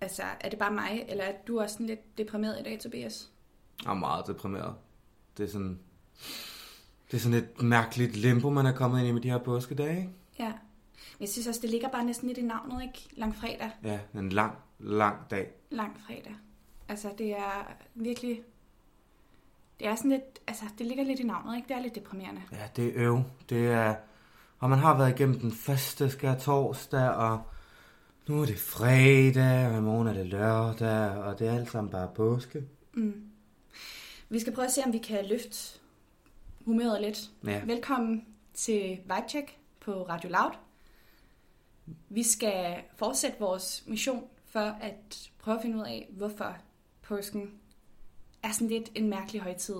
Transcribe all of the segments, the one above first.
altså, er det bare mig, eller er du også sådan lidt deprimeret i dag, Tobias? Jeg er meget deprimeret. Det er sådan... Det er sådan et mærkeligt limbo, man er kommet ind i med de her påskedage. ikke? Ja. Men jeg synes også, det ligger bare næsten lidt i navnet, ikke? Langfredag. Ja, en lang, lang dag. Langfredag. Altså, det er virkelig... Det er sådan lidt... Altså, det ligger lidt i navnet, ikke? Det er lidt deprimerende. Ja, det er øv. Det er... Og man har været igennem den første skær torsdag, og nu er det fredag, og i morgen er det lørdag, og det er alt sammen bare påske. Mm. Vi skal prøve at se, om vi kan løfte humøret lidt. Ja, Velkommen til Vibecheck på Radio Loud. Vi skal fortsætte vores mission for at prøve at finde ud af, hvorfor påsken er sådan lidt en mærkelig højtid.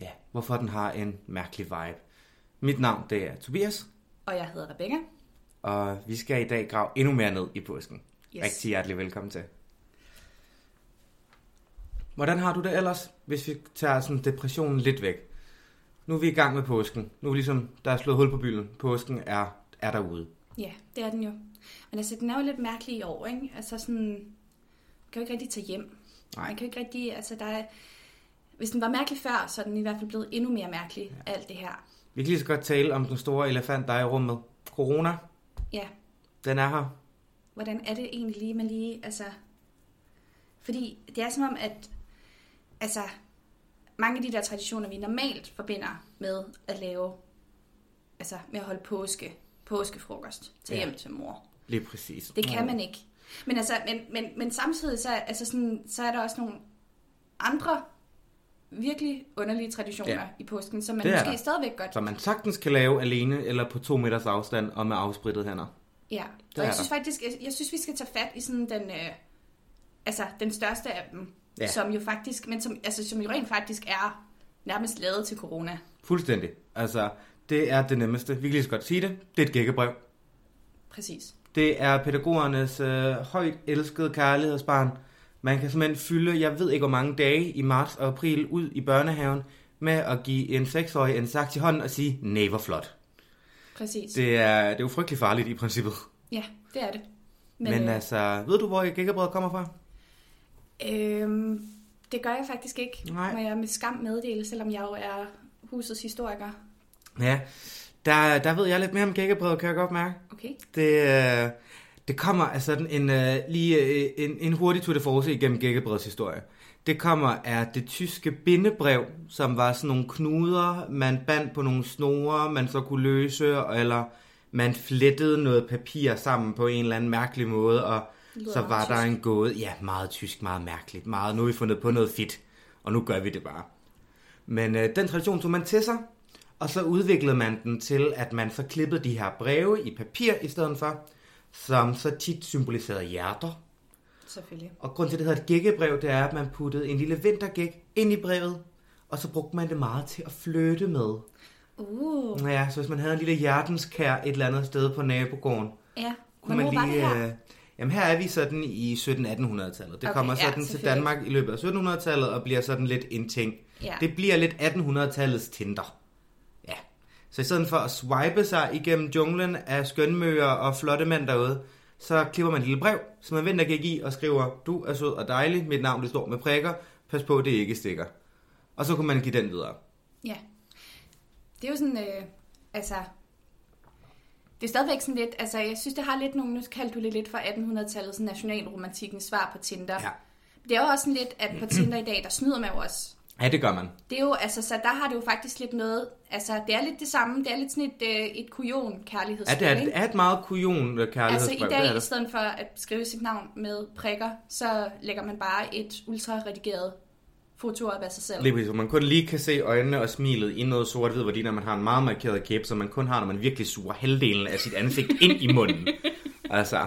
ja. Hvorfor den har en mærkelig vibe. Mit navn, det er Tobias, Og jeg hedder Rebecca. og vi skal i dag grave endnu mere ned i påsken. Yes. Rigtig hjertelig velkommen til. Hvordan har du det ellers, hvis vi tager sådan depressionen lidt væk? Nu er vi i gang med påsken. Nu er ligesom, der er slået hul på bylden. Påsken er, er derude. Ja, det er den jo. Men altså, den er jo lidt mærkelig i år, ikke? Altså sådan, man kan jo ikke rigtig tage hjem. Nej. Man kan jo ikke rigtig, altså der er, hvis den var mærkelig før, så er den i hvert fald blevet endnu mere mærkelig ja. af alt det her. Vi kan lige så godt tale om den store elefant, der er i rummet. Corona, Ja, den er her. hvordan er det egentlig lige, man lige, altså... Fordi det er som om, at altså, mange af de der traditioner, vi normalt forbinder med at lave, altså med at holde påske, påskefrokost til Ja. ja. hjem til mor. Lige præcis. Det kan man ikke. Men, altså, men, men, men samtidig så, er- altså sådan, så er der også nogle andre virkelig underlige traditioner Ja. ja. i påsken, som man Det er måske der. stadigvæk godt... Som man sagtens kan lave alene eller på to meters afstand og med afsprittet hænder. Ja, er og der. jeg synes faktisk, jeg, jeg synes, vi skal tage fat i sådan den, øh, altså, den største af dem, Ja. ja. som jo faktisk, men som, altså, som jo rent faktisk er nærmest lavet til corona. Fuldstændig. Altså, det er det nemmeste. Vi kan lige så godt sige det. Det er et gækkebrev. Præcis. Det er pædagogernes øh, højt elskede kærlighedsbarn. Man kan simpelthen fylde, jeg ved ikke hvor mange dage i marts og april, ud i børnehaven med at give en seksårig en sagt i hånden og sige, nej hvor flot. Præcis. Det. Det er, det er jo frygtelig farligt i princippet. Ja, det er det. Men, Men altså, ved du hvor gækkebrød kommer fra? øh, det gør jeg faktisk ikke, Nej. må jeg med skam meddele, selvom jeg jo er husets historiker. Ja, der, der ved jeg lidt mere om gækkebrød, kan jeg godt mærke. Okay? Det, øh, det kommer af sådan en, øh, lige øh, en, en hurtig tur de force igennem gækkebreds historie. Det kommer af det tyske bindebrev, som var sådan nogle knuder, man bandt på nogle snore, man så kunne løse, eller man flettede noget papir sammen på en eller anden mærkelig måde, og Lyder så meget var der tysk. en gåde. Ja, meget tysk, meget mærkeligt. Meget, nu har vi fundet på noget fedt, og nu gør vi det bare. Men øh, den tradition tog man til sig, og så udviklede man den til, at man så klippede de her breve i papir i stedet for, som så tit symboliserede hjerter. Selvfølgelig. Og grund til, at det hedder et gækkebrev, det er, at man puttede en lille vintergæk ind i brevet, og så brugte man det meget til at flytte med. Uh, Ja, så hvis man havde en lille hjertenskær et eller andet sted på nabogården, ja. kunne Hvornår man lige... var det her? øh, jamen her er vi sådan i 17-1800-tallet. Det Okay, kommer ja, sådan til selvfølgelig. Danmark i løbet af 1700-tallet og bliver sådan lidt en ting. Ja. Det bliver lidt 1800-tallets Tinder. Ja. Så i stedet for at swipe sig igennem junglen af skønmøger og flotte mænd derude, så klipper man et lille brev, som man venter gik i og skriver, du er sød og dejlig, mit navn det står med prikker, pas på det ikke stikker. Og så kunne man give den videre. Ja. Det er jo sådan, øh, altså... Det er stadigvæk sådan lidt, altså jeg synes, det har lidt nogle, nu kaldte du det lidt for 1800-tallets nationalromantikken svar på Tinder. Ja. Det er jo også sådan lidt, at på Tinder i dag, der snyder man jo også. Ja, det gør man. Det er jo, altså, så der har det jo faktisk lidt noget, altså det er lidt det samme, det er lidt sådan et, øh, et kujon Ja, kærlighedsspil, det er, ikke? det er et meget kujon øh, kærlighedsbrev. Altså i det er dag, i det. stedet for at skrive sit navn med prikker, så lægger man bare et ultraredigeret foto op af sig selv. Lige præcis, hvor man kun lige kan se øjnene og smilet i noget sort-hvid, fordi når man har en meget markeret kæbe, som man kun har, når man virkelig suger halvdelen af sit ansigt ind i munden. Altså,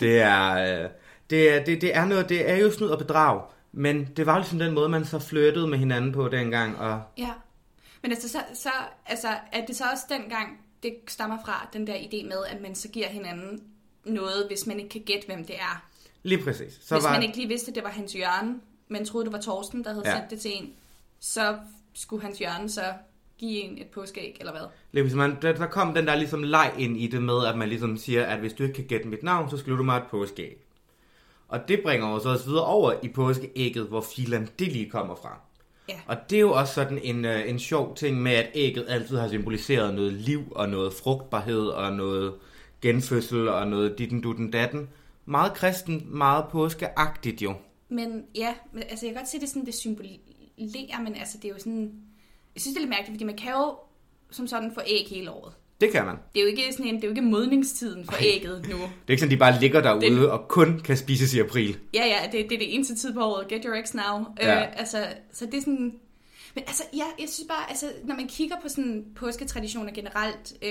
det er, øh, det, er- det, det er noget, det er jo snyd og bedrag, men det var ligesom den måde, man så flyttede med hinanden på dengang, og Ja. Men altså, så, så altså, er det så også dengang, det stammer fra den der idé med, at man så giver hinanden noget, hvis man ikke kan gætte, hvem det er. lige præcis. Så Så hvis var, var... man ikke lige vidste, at det var Hans Jørgen, men troede, det var Torsten, der havde Ja. ja. sendt det til en, så skulle Hans Jørgen så give en et påskeæg, eller hvad? lige præcis man, der, der kom den der ligesom leg ind i det med, at man ligesom siger, at hvis du ikke kan gætte mit navn, så skal du mig et påskeæg. Og det bringer os også videre over i påskeægget, hvor filan det lige kommer fra. Ja. Og det er jo også sådan en, øh, en sjov ting med, at ægget altid har symboliseret noget liv og noget frugtbarhed og noget genfødsel og noget ditten dutten datten. Meget kristen, meget påskeagtigt jo. Men ja, men, altså jeg kan godt se, det er sådan, det symbolerer, men altså det er jo sådan... Jeg synes, det er lidt mærkeligt, fordi man kan jo som sådan få æg hele året. Det kan man. Det er jo ikke, sådan en, det er jo ikke modningstiden for ægget nu. Det er ikke sådan, de bare ligger derude Den... og kun kan spises i april. Ja, ja, det, det er det eneste tid på året. Get your eggs now. Ja. Øh, altså, så det er sådan... Men altså, ja, jeg synes bare, altså, når man kigger på sådan påsketraditioner generelt, øh,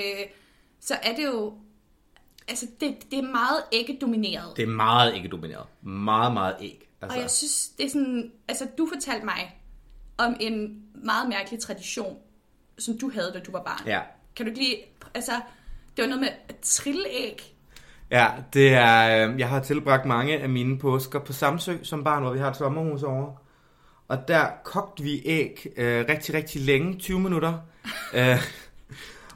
så er det jo... Altså, det, det er meget æggedomineret. Det er meget ikke domineret. Meget, meget æg. Altså, Og jeg synes, det er sådan... Altså, du fortalte mig om en meget mærkelig tradition, som du havde, da du var barn. Ja. Kan du ikke lige... Altså, det var noget med at trille æg. Ja, det er, øh, jeg har tilbragt mange af mine påsker på Samsø som barn, hvor vi har et sommerhus over. Og der kogte vi æg øh, rigtig, rigtig længe, 20 minutter. øh,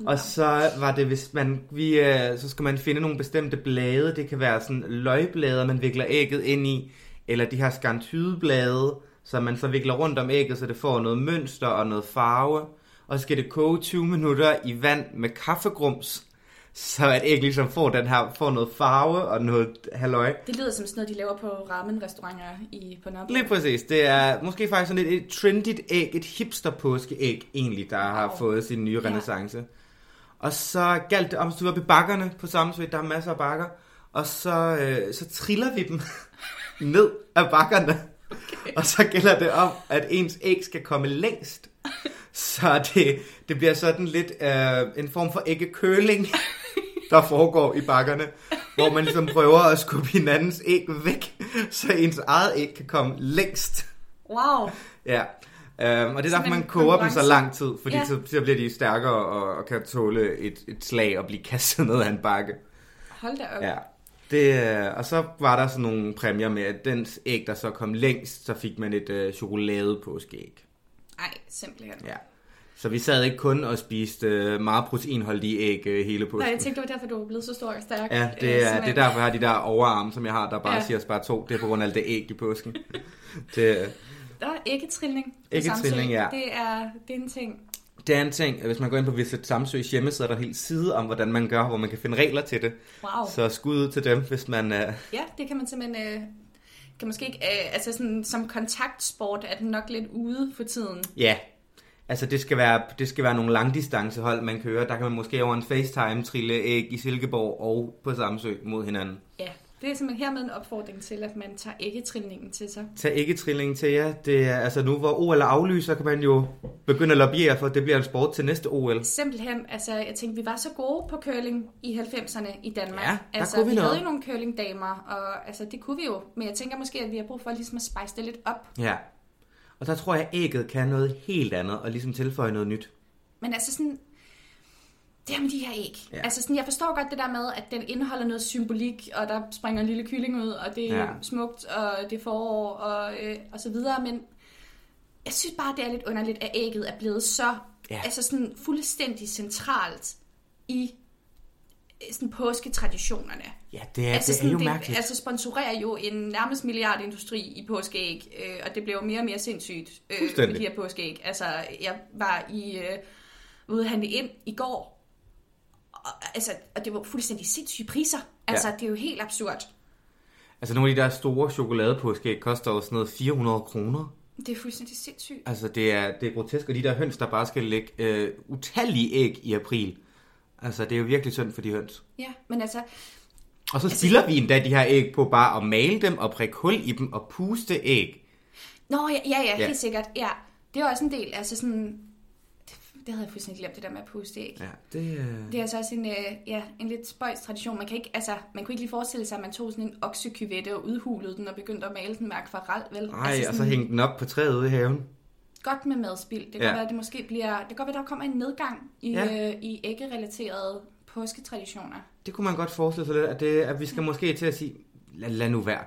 og så var det, hvis man, vi, øh, så skal man finde nogle bestemte blade. Det kan være sådan løgblader, man vikler ægget ind i, eller de her skantydeblade, som man så vikler rundt om ægget, så det får noget mønster og noget farve. Og så skal det koge 20 minutter i vand med kaffegrums, så at æg ligesom får, den her, får noget farve og noget halløj. Det lyder som sådan noget, de laver på ramen-restauranter i, på Nørrebro. Lige præcis. Det er måske faktisk sådan et, et trendigt æg, et hipster påskeæg egentlig, der har Wow. fået sin nye Ja. renaissance. Og så galt det om, at du var på bakkerne på Samsø, der er masser af bakker, og så, øh, så triller vi dem ned af bakkerne. Okay. Og så gælder det om, at ens æg skal komme længst. Så det, det bliver sådan lidt øh, en form for æggekøling, der foregår i bakkerne, hvor man ligesom prøver at skubbe hinandens æg væk, så ens eget æg kan komme længst. Wow. Ja. Øhm, og det er derfor, Sådan en man koger dem så konkurrence. lang tid, fordi Ja. så, så bliver de stærkere og, og kan tåle et, et slag og blive kastet ned af en bakke. Hold da op. Ja. Det, øh, og så var der sådan nogle præmier med, at dens æg, der så kom længst, så fik man et øh, chokolade på skæg. Ej, simpelthen. Ja. Så vi sad ikke kun og spiste øh, meget proteinholdige æg øh, hele Nej, påsken. jeg tænkte, det var derfor, du var blevet så stor og stærk. Ja, Øh, det er, det er simpelthen. derfor, jeg har de der overarme, som jeg har, der bare Ja. ja. siger spar to. Det er på grund af alt det æg i påsken. det, øh, Der er æggetrilling. på Æggetrilling, Samsø. ja. Det er, det er en ting. det er en ting, at hvis man går ind på Visit Samsøs hjemmeside, er der en hel side om, hvordan man gør, hvor man kan finde regler til det. Wow. Så. Så skud ud til dem, hvis man... Øh, Ja, det kan man simpelthen... Øh, kan måske ikke, øh, altså sådan, som kontaktsport er den nok lidt ude for tiden. Ja, altså det skal være, det skal være nogle langdistancehold, man kører. Der kan man måske over en FaceTime trille æg i Silkeborg og på Samsø mod hinanden. Ja, det er simpelthen hermed en opfordring til, at man tager æggetrillingen til sig. Tag ikke trillingen til jer. Det er, altså nu hvor OL er aflyst, så kan man jo begynde at lobbyere for, at det bliver en sport til næste OL. Simpelthen, altså jeg tænkte, vi var så gode på curling i 90'erne i Danmark. Ja, der altså, kunne vi vi havde noget. jo nogle curlingdamer, og altså, det kunne vi jo. Men jeg tænker måske, at vi har brug for ligesom at spice det lidt op. Ja. Og der tror jeg, at ægget kan noget helt andet og ligesom tilføje noget nyt. Men altså sådan, det her med de her æg. Ja. Ja. Altså sådan, jeg forstår godt det der med, at den indeholder noget symbolik, og der springer en lille kylling ud, og det er ja. Ja. smukt, og det er forår, og, øh, og så videre. Men jeg synes bare, det er lidt underligt, at ægget er blevet så ja. Ja. altså sådan fuldstændig centralt i øh, sådan påsketraditionerne. Ja, det er, altså, altså, det er jo det, mærkeligt. Altså, Altså sponsorerer jo en nærmest milliardindustri i påskeæg, øh, og det bliver jo mere og mere sindssygt øh, med Fuldstændig. de her påskeæg. Altså, jeg var i øh, ude at handle ind i går, og, altså, og det var fuldstændig sindssyge priser. Altså, ja. det er jo helt absurd. altså nogle af de der store chokoladepåskeæg koster jo sådan noget 400 kroner. Det er fuldstændig sindssygt. Altså, det er, det er grotesk, og de der høns, der bare skal lægge øh, utallige æg i april. Altså, det er jo virkelig synd for de høns. Ja, men altså, Og så stiller vi endda de her æg på bare at male dem og prikke hul i dem og puste æg. Nå, ja, ja, ja, Ja. helt sikkert. Ja. Det er også en del, altså sådan... Det, det havde jeg fuldstændig glemt, det der med at puste æg. Ja. Ja, det, øh, Det er altså også en, øh, ja, en lidt spøjs tradition. Man, kan ikke, altså, man kunne ikke lige forestille sig, at man tog sådan en oksekyvette og udhulede den og begyndte at male den med akvarel, vel? Ej, altså og så hænge den op på træet ude i haven. Godt med madspild. Det kan Ja. ja. være, at det måske bliver... Det kan godt være, der kommer en nedgang i, ja. Ja. øh, i æggerelaterede påsketraditioner. Det kunne man godt forestille sig lidt, at, det, at vi skal måske til at sige, lad, lad nu være.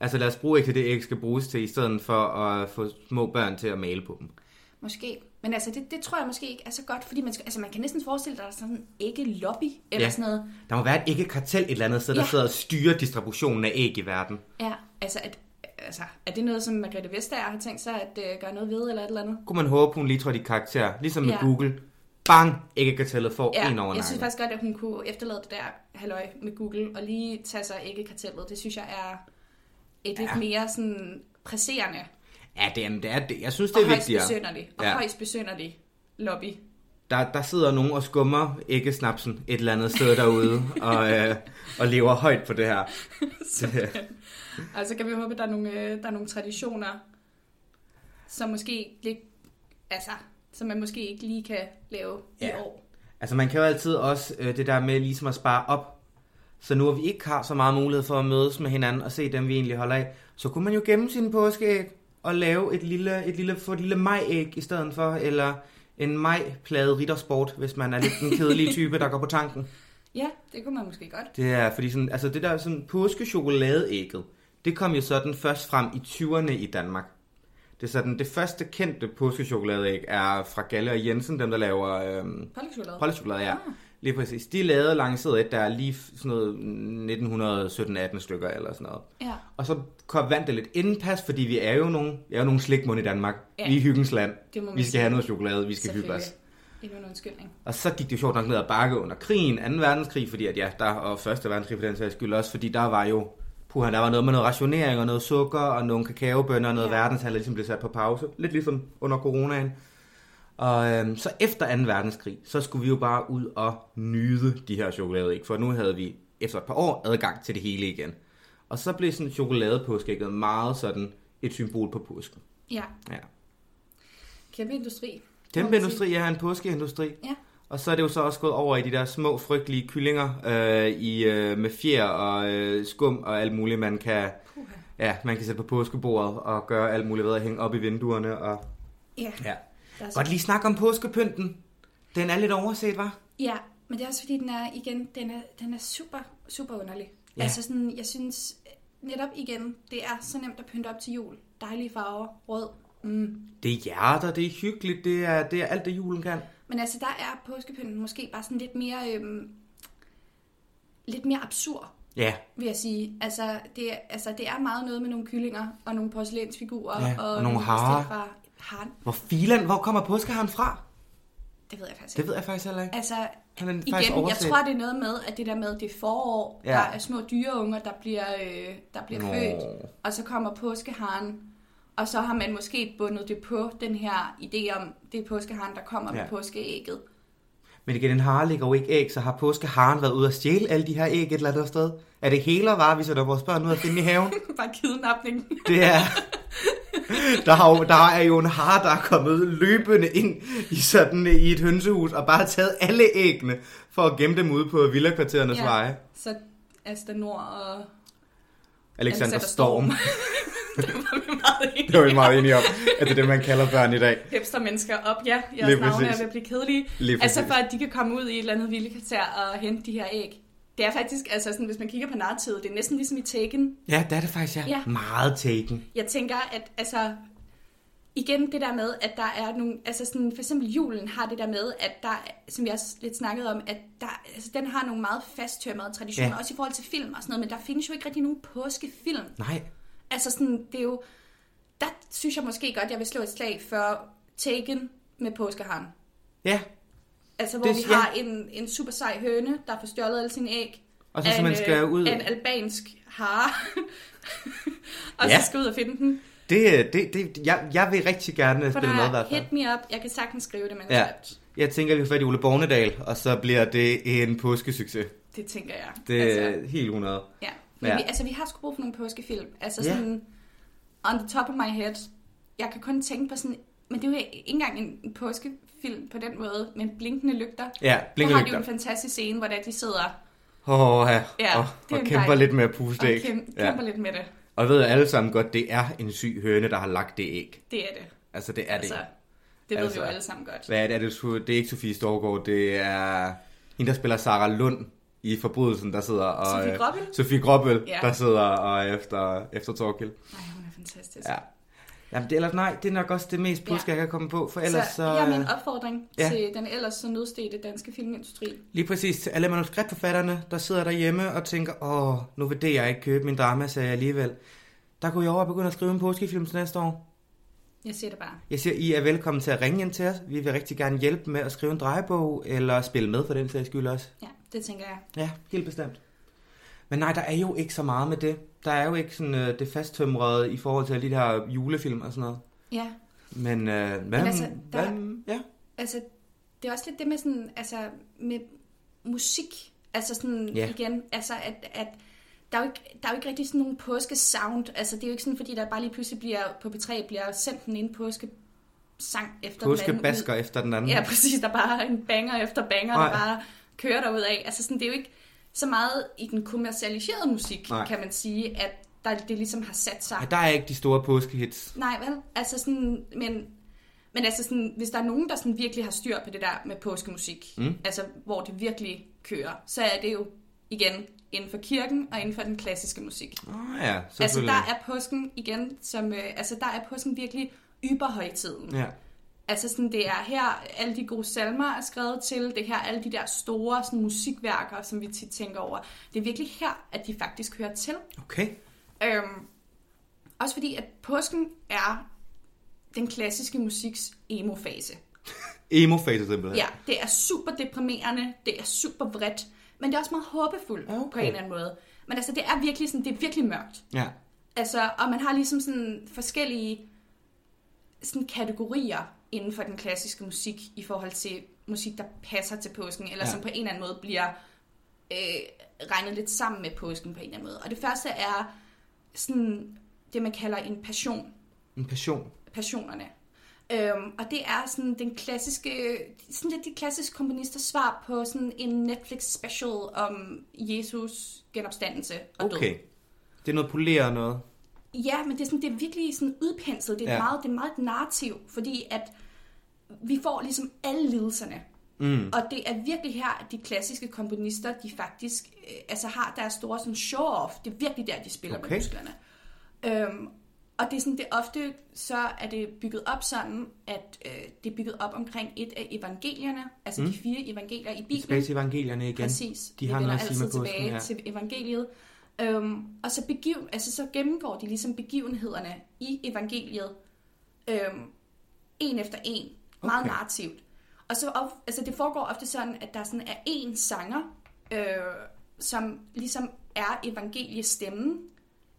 Altså lad os bruge æg til det, æg skal bruges til, i stedet for at få små børn til at male på dem. Måske. Men altså, det, det tror jeg måske ikke er så godt, fordi man, skal, altså, man kan næsten forestille sig, at der er sådan en ikke-lobby eller Ja. sådan noget. Der må være et ikke-kartel et eller andet sted, der Ja. sidder og styrer distributionen af æg i verden. Ja, altså, at, altså, er det noget, som Margrethe Vestager har tænkt sig at øh, gøre noget ved eller et eller andet? Kunne man håbe, hun lige trådte i karakter, ligesom med Ja. Google. Bang! Æggekartellet får Ja, en over jeg synes nakken. faktisk godt, at hun kunne efterlade det der halløj med Google og lige tage sig ikke kartellet. Det synes jeg er et ja. lidt mere sådan presserende Ja, det er, det er, det. jeg synes, det og er højst vigtigere. besynderlig, og Ja. højst besynderlig lobby. Der, der sidder nogen og skummer æggesnapsen et eller andet sted derude, og, øh, og lever højt på det her. Og så Altså, kan vi håbe, at der er nogle, øh, der er nogle traditioner, som måske lidt, altså, som man måske ikke lige kan lave ja. Ja. i år. Altså man kan jo altid også øh, det der med ligesom at spare op. Så nu hvor vi ikke har så meget mulighed for at mødes med hinanden og se dem, vi egentlig holder af, så kunne man jo gemme sine påskeæg og lave et lille, et lille, få et lille majæg i stedet for, eller en majplade riddersport, hvis man er lidt den kedelige type, der går på tanken. Ja, det kunne man måske godt. Det er fordi sådan, altså det der sådan påskechokoladeægget, det kom jo sådan først frem i 20'erne i Danmark. Det er sådan, det første kendte påskechokoladeæg er fra Galle og Jensen, dem der laver øhm, Pollechokolade. Pollechokolade, ja. Ah, Lige præcis. De lavede lanceret et, der er lige f- sådan noget 1917-18 stykker eller sådan noget. Ja. Og så kom, vandt det lidt indpas, fordi vi er jo nogle, vi er jo nogle slikmunde i Danmark. Ja. Ja. Vi er hyggens land. Det må man Vi skal sige. have noget chokolade, vi skal hygge Selvfølgelig. os. Endnu en undskyldning. Og så gik det jo sjovt nok ned ad bakke under krigen, 2. verdenskrig, fordi at ja, der, og 1. verdenskrig for den sags skyld også, fordi der var jo, puha, der var noget med noget rationering og noget sukker og nogle kakaobønner og noget Ja. ja. verdenshandel, der ligesom blev sat på pause. Lidt ligesom under coronaen. Og øhm, så efter 2. verdenskrig, så skulle vi jo bare ud og nyde de her chokolader, ikke? For nu havde vi efter et par år adgang til det hele igen. Og så blev sådan chokoladepåskægget meget sådan et symbol på påsken. Ja, Ja. kæmpe industri. Kæmpe industri er en påskeindustri. Ja. Og så er det jo så også gået over i de der små, frygtelige kyllinger øh, i, øh, med fjer og øh, skum og alt muligt, man kan, Puha. ja, man kan sætte på påskebordet og gøre alt muligt ved at hænge op i vinduerne. Og, Ja, ja. der er så... Godt lige snakke om påskepynten. Den er lidt overset, var? ja, men det er også fordi, den er, igen, den er, den er super, super underlig. Ja. Ja. Altså sådan, jeg synes øh, netop igen, det er så nemt at pynte op til jul. Dejlige farver, rød. Mm. Det er hjerter, det er hyggeligt, det er, det er alt det julen kan. Men altså, der er påskepynten måske bare sådan lidt mere, øhm, lidt mere absurd, Ja, vil jeg sige. Altså det, er- altså, det er meget noget med nogle kyllinger og nogle porcelænsfigurer. Ja, og, og nogle harer. bestilbare- Haren, hvor filan, hvor kommer påskeharen fra? det ved jeg faktisk ikke. Det ved jeg faktisk heller ikke. Altså, Han er igen, faktisk jeg overset. tror, det er noget med, at det der med, at det er forår, ja. Ja. der er små dyreunger, der bliver, øh, der bliver Nå. født, og så kommer påskeharen, og så har man måske bundet det på den her idé om, det er påskeharen, der kommer ja. Ja. med påskeægget. Men igen, en hare ligger jo ikke æg, så har påskeharen været ude og stjæle alle de her æg et eller andet sted? Er det hælervarer, vi sætter vores børn ud og finde i haven? Bare kidnapning. Det er... Der, har jo, der er jo en har, der er kommet løbende ind i, sådan, i et hønsehus og bare har taget alle æggene for at gemme dem ude på villakvarterernes Ja. ja. veje. Så Asta Nord og Alexander Storm. det var vi meget Det enige. var vi meget enige om, at det er det, man kalder børn i dag. Hipster mennesker op, ja. Jeres Lige navne er præcis. ved at blive kedelige. Lige Altså præcis. for at de kan komme ud i et eller andet vildekvarter og hente de her æg. Det er faktisk, altså sådan, hvis man kigger på narrativet, det er næsten ligesom i Taken, Ja, det er det faktisk, ja. Ja. ja. Meget taken. jeg tænker, at altså, igen det der med, at der er nogle, altså sådan, for eksempel julen har det der med, at der, som jeg også lidt snakkede om, at der, altså, den har nogle meget fasttømrede traditioner, ja. Ja. også i forhold til film og sådan noget, men der findes jo ikke rigtig nogen påskefilm. Nej, Altså sådan, det er jo, der synes jeg måske godt, jeg vil slå et slag for Taken med påskeharen. ja. Altså, hvor det, Det- vi ja. har en, en super sej høne, der får stjålet alle sine æg. Og så af skal man øh, skal ud... af en albansk hare. og Ja. så skal ud og finde den. Det, det, det, jeg, jeg vil rigtig gerne For spille med i der er hvert fald. hit me up. Jeg kan sagtens skrive det Ja. manuskript. Jeg tænker, vi får fat i Ole Bornedal, og så bliver det en påskesucces. Ja. Det tænker jeg. Det er Altså, helt 100. ja. Men Ja. Vi, altså, vi har sgu brug for nogle påskefilm. Altså Ja. sådan, on the top of my head. Jeg kan kun tænke på sådan, men det er jo ikke engang en en påskefilm på den måde, men blinkende lygter. Ja, Blinkende blinkende der har de jo en lygter. fantastisk scene, hvor der de sidder Åh, oh, ja. Ja, og, det er og en kæmper dejlig- lidt med at og puste æg. kæm- ja. kæmper ja. lidt med det. Og ved alle sammen godt, det er en syg høne, der har lagt det æg. Det er det. Altså, det er det. altså, det ved Altså. vi jo alle sammen godt. Hvad er det? Er det, Su- det er ikke Sofie Storgård, det er hende, der spiller Sarah Lund i Forbrydelsen, der sidder og... Sofie øh, Gråbøl? Sofie Gråbøl, Ja. der sidder og er efter, efter Torkild. Altså. Nej, hun er fantastisk. Ja. Jamen, det, ellers, nej, det er nok også det mest polske, ja. jeg kan komme på, for ellers så... så øh, her er min opfordring ja. ja. til den ellers så nødstede danske filmindustri. Lige præcis til alle manuskriptforfatterne, der sidder derhjemme og tænker, åh, nu vil det jeg ikke købe min dramaserie alligevel. Der kunne jeg over og begynde at skrive en påskefilm til næste år. Jeg siger det bare. Jeg siger, I er velkommen til at ringe ind til os. Vi vil rigtig gerne hjælpe med at skrive en drejebog, eller spille med for den sags skyld også. Ja, det tænker jeg. Ja, helt bestemt. Men nej, der er jo ikke så meget med det. Der er jo ikke sådan øh, det fasttømrede i forhold til alle de her julefilm og sådan noget. Ja, Men øh, hvad, altså, altså, der- hvad, ja. altså, det er også lidt det med sådan, altså, med musik, altså sådan Ja. yeah. igen, altså at, at der er, jo ikke, der er jo ikke rigtig sådan nogen påskesound, altså det er jo ikke sådan, fordi der bare lige pludselig bliver, på P3 bliver sendt den ene påske sang efter den anden. ud. Påskebasker efter den anden. Ja, præcis, der bare er en banger efter banger, Mm. Nej. der bare kører derud af. Altså sådan, det er jo ikke så meget i den kommercialiserede musik, Nej. Nej. kan man sige, at der, det ligesom har sat sig. Ja, der er ikke de store påskehits. Nej, vel? Altså sådan, men, men altså sådan, hvis der er nogen, der sådan virkelig har styr på det der med påskemusik, Mm. mm. altså hvor det virkelig kører, så er det jo igen inden for kirken og inden for den klassiske musik. Åh ja, Altså selvfølgelig. der er påsken igen, som, øh, altså der er påsken virkelig yberhøjtiden. Ja. Altså sådan, det er her, alle de gode salmer er skrevet til, det er her, alle de der store sådan, musikværker, som vi tit tænker over. Det er virkelig her, at de faktisk hører til. Okay. Øhm, også fordi, at påsken er den klassiske musiks emo-fase. Emo-fase simpelthen. Ja, det er super deprimerende, det er super vredt, men det er også meget håbefuldt Ah, okay. på Okay. en eller anden måde. Men altså, det er virkelig sådan, det er virkelig mørkt. ja. Altså, og man har ligesom sådan forskellige sådan kategorier inden for den klassiske musik i forhold til musik, der passer til påsken, eller Ja. ja. som på en eller anden måde bliver øh, regnet lidt sammen med påsken på en eller anden måde. Og det første er sådan det, man kalder en passion, En passion. passionerne. Øhm, og det er sådan den klassiske, sådan lidt de klassiske komponisters svar på sådan en Netflix special om Jesus genopstandelse og død. Okay. Det er noget poleret noget. Ja, men det er, sådan, det er virkelig sådan udpenslet. Det er, Ja. ja. meget, det er meget et narrativ, fordi at vi får ligesom alle lidelserne. Mm. Og det er virkelig her, at de klassiske komponister, de faktisk øh, altså har deres store sådan show-off. Det er virkelig der, de spiller okay. Okay. med musklerne. Øhm, og det er sådan, det er ofte, så er det bygget op sådan, at øh, det er bygget op omkring et af evangelierne, altså Mm. de fire evangelier i Vi er tilbage Bibelen. til evangelierne igen. Præcis. De Vi har vender noget at sige altid med påsken, tilbage ja. til evangeliet. Øhm, og så, begiv, altså, så gennemgår de ligesom begivenhederne i evangeliet, øhm, en efter en, meget Okay. okay. narrativt. Og så of, altså, det foregår ofte sådan, at der sådan er en sanger, øh, som ligesom er evangeliestemmen,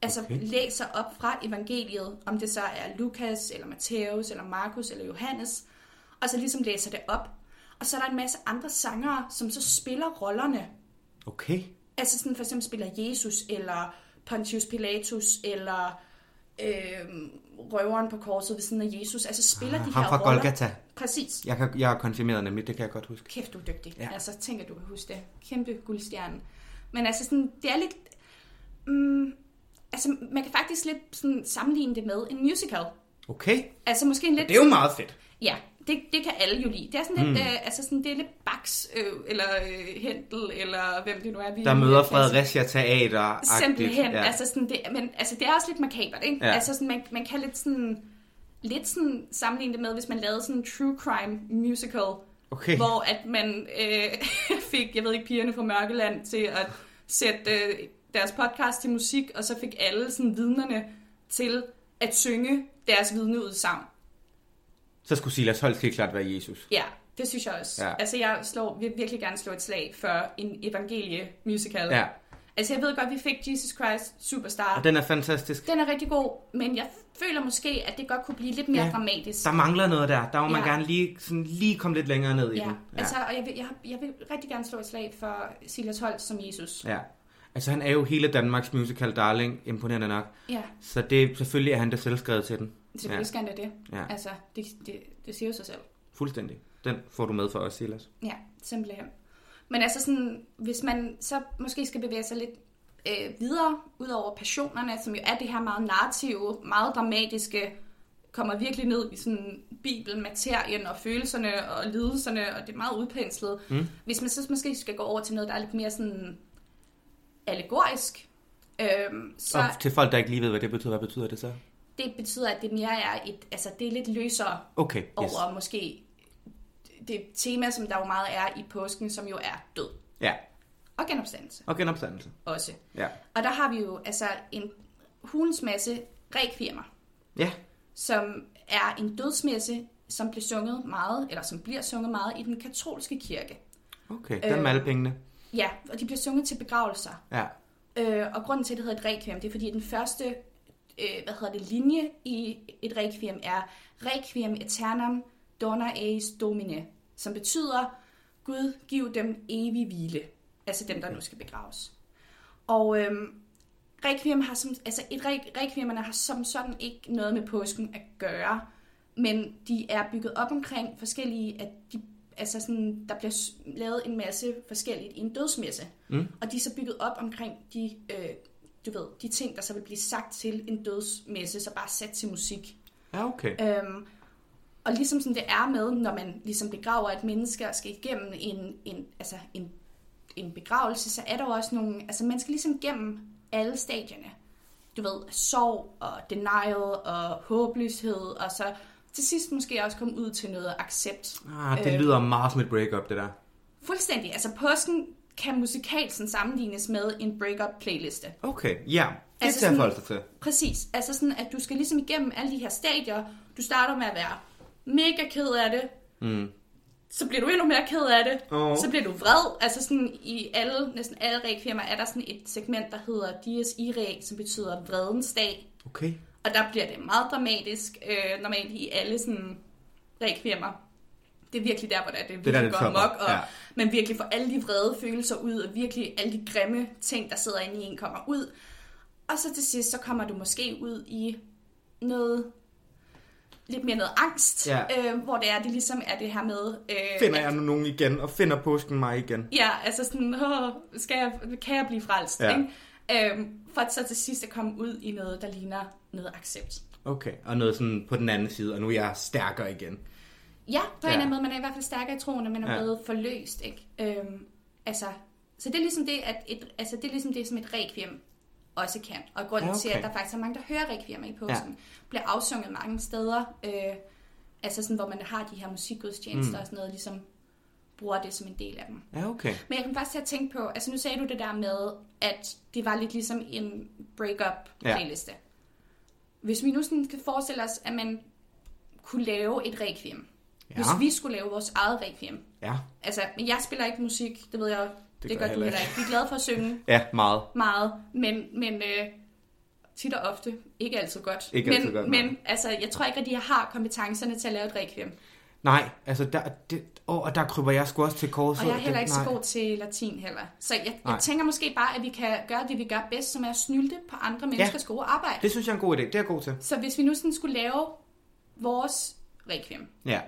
altså Okay. okay. læser op fra evangeliet, om det så er Lukas, eller Matthæus, eller Markus, eller Johannes, og så ligesom læser det op. Og så er der en masse andre sangere, som så spiller rollerne. Okay. Altså sådan for eksempel spiller Jesus, eller Pontius Pilatus, eller øh, røveren på korset ved siden af Jesus. Altså spiller Ah, de ham her fra roller. Golgata. Præcis. Jeg, kan, jeg er konfirmeret nemlig, det kan jeg godt huske. Kæft, du er dygtig. Ja. Ja. Altså, tænker du kan huske det. Kæmpe guldstjerne. Men altså, sådan, det er lidt... Mm, altså, man kan faktisk lidt sådan, sammenligne det med en musical. Okay. Altså, måske en lidt... Det er jo Hmm. meget fedt. Ja, det, det kan alle jo lide. Det er sådan lidt, øh, altså sådan, det er lidt Bachs, øh, eller øh, Hentel, eller hvem det nu er. Vi Der møder Fredericia Teater. Simpelthen. Ja. Altså sådan det, men altså det er også lidt makabert, ikke? Ja. Ja. Altså sådan, man, man kan lidt sådan, lidt sådan sammenligne det med, hvis man lavede sådan en true crime musical, Okay. hvor at man øh, fik, jeg ved ikke, pigerne fra Mørkeland til at sætte øh, deres podcast til musik, og så fik alle sådan vidnerne til at synge deres vidneudsagn. Så skulle Silas Holst helt klart være Jesus. Ja, det synes jeg også. Ja. Ja. Altså jeg slår, vil virkelig gerne slå et slag for en evangelie-musical. Ja. Altså jeg ved godt, vi fik Jesus Christ Superstar. Og den er fantastisk. Den er rigtig god, men jeg føler måske, at det godt kunne blive lidt mere Ja. ja. dramatisk. Der mangler noget der. Der må man Ja. gerne lige, sådan, lige komme lidt længere ned i Ja, den. altså, og jeg vil, jeg, jeg vil rigtig gerne slå et slag for Silas Holst som Jesus. ja. Altså han er jo hele Danmarks musical darling, imponerende nok. Ja, Så det, selvfølgelig er han der selvskrevet til den. selvfølgelig skal han da det. Ja. Altså, det, det, det siger jo sig selv. Fuldstændig. Den får du med for os, Silas. Ja, simpelthen. Men altså sådan, hvis man så måske skal bevæge sig lidt øh, videre, ud over passionerne, som jo er det her meget narrative, meget dramatiske, kommer virkelig ned i sådan bibel, materien og følelserne og lidelserne, og det er meget udpenslet. Mm. Hvis man så måske skal gå over til noget, der er lidt mere sådan allegorisk, øh, så Og til folk, der ikke lige ved, hvad det betyder, hvad betyder det så? det betyder, at det mere er et, altså det er lidt løsere Okay, yes. over måske det tema, som der jo meget er i påsken, som jo er død Ja, og genopstandelse og genopstandelse. også. Ja. Og der har vi jo altså en hulens masse rekviemer, Ja, som er en dødsmesse, som blev sunget meget, eller som bliver sunget meget i den katolske kirke. okay. Den øh... Øh. med alle pengene. Ja, og de bliver sunget til begravelser. Ja. Øh, og grunden til, at det hedder et requiem, det er fordi den første øh, hvad hedder det, linje i et requiem er requiem eternam dona eis domine, som betyder, Gud giv dem evig hvile, altså dem, der nu skal begraves. Og øh, requiem har som, altså et, re- requiemerne har som sådan ikke noget med påsken at gøre, men de er bygget op omkring forskellige, at de, altså sådan, der bliver s- lavet en masse forskelligt i en dødsmesse. Mm. Og de er så bygget op omkring de, øh, du ved, de ting, der så vil blive sagt til en dødsmesse, så bare sat til musik. Ja, okay. Øhm, og ligesom sådan det er med, når man ligesom begraver et menneske og skal igennem en, en, altså en, en begravelse, så er der jo også nogle, altså man skal ligesom igennem alle stadierne. Du ved, sorg og denial og håbløshed, og så til sidst måske også komme ud til noget accept. Ah, det Øh. lyder meget som et breakup, det der. Fuldstændig, altså påsken kan musikalsen sammenlignes med en breakup playliste. Okay, ja. Det Altså altså, tager sådan- folk sig til. Præcis. Altså sådan, at du skal ligesom igennem alle de her stadier. Du starter med at være mega ked af det. Mm. Så bliver du endnu mere ked af det. Åh. Så bliver du vred. Altså sådan i alle, næsten alle rekfirmaer er der sådan et segment, der hedder Dies Irae, som betyder vredens dag. Okay. Og der bliver det meget dramatisk, øh, normalt i alle sådan rekfirmaer. Det er virkelig der, hvor det, er, det Det er der, virkelig det går topper. mok, og Ja. man virkelig får alle de vrede følelser ud, og virkelig alle de grimme ting, der sidder inde i en, kommer ud. Og så til sidst, så kommer du måske ud i noget lidt mere noget angst, Ja. øh, hvor det er, det ligesom er det her med... Øh, Finder at- jeg nu nogen igen, og finder påsken mig igen? Ja, altså sådan, Åh, skal jeg, kan jeg blive frelst? Ja. Ikke? Øhm, for at så til sidst at komme ud i noget, der ligner noget accept. Okay, og noget sådan på den anden side, og nu er jeg stærkere igen. Ja, på ja. Ja. en eller anden måde. Man er i hvert fald stærkere i troen, og man er Ja. ja. blevet forløst. Ikke? Øhm, altså, så det er ligesom det, at et, altså, det er ligesom det, som et requiem også kan. Og grunden Ja, okay. til, okay. at der faktisk er mange, der hører requiemer i påsken, ja. bliver afsunget mange steder, øh, altså sådan, hvor man har de her musikgudstjenester Mm. mm. og sådan noget, ligesom bruger det som en del af dem. Ja, okay. Men jeg kom faktisk til at tænke på, altså nu sagde du det der med, at det var lidt ligesom en breakup Ja. playliste. Hvis vi nu sådan skal forestille os, at man kunne lave et requiem. Ja. Ja, Hvis vi skulle lave vores eget requiem. ja. Altså, men jeg spiller ikke musik, det ved jeg, det, det gør gør jeg du heller heller ikke. Vi er glade for at synge ja meget. meget, men, men øh, tit og ofte ikke altid godt. Ikke men, altid godt, nej. Men altså, jeg tror ikke, at jeg har kompetencerne til at lave et requiem. Nej, altså, der, det, åh, og der kryber jeg sgu også til korset. Og jeg er heller Det- ikke så nej. god til latin heller. Så jeg, Nej. jeg tænker måske bare, at vi kan gøre det, vi gør bedst, som er at snylte på andre menneskers ja. gode arbejde. Det synes jeg er en god idé. Det er jeg god til. Så hvis vi nu sådan skulle lave vores requiem, Ja.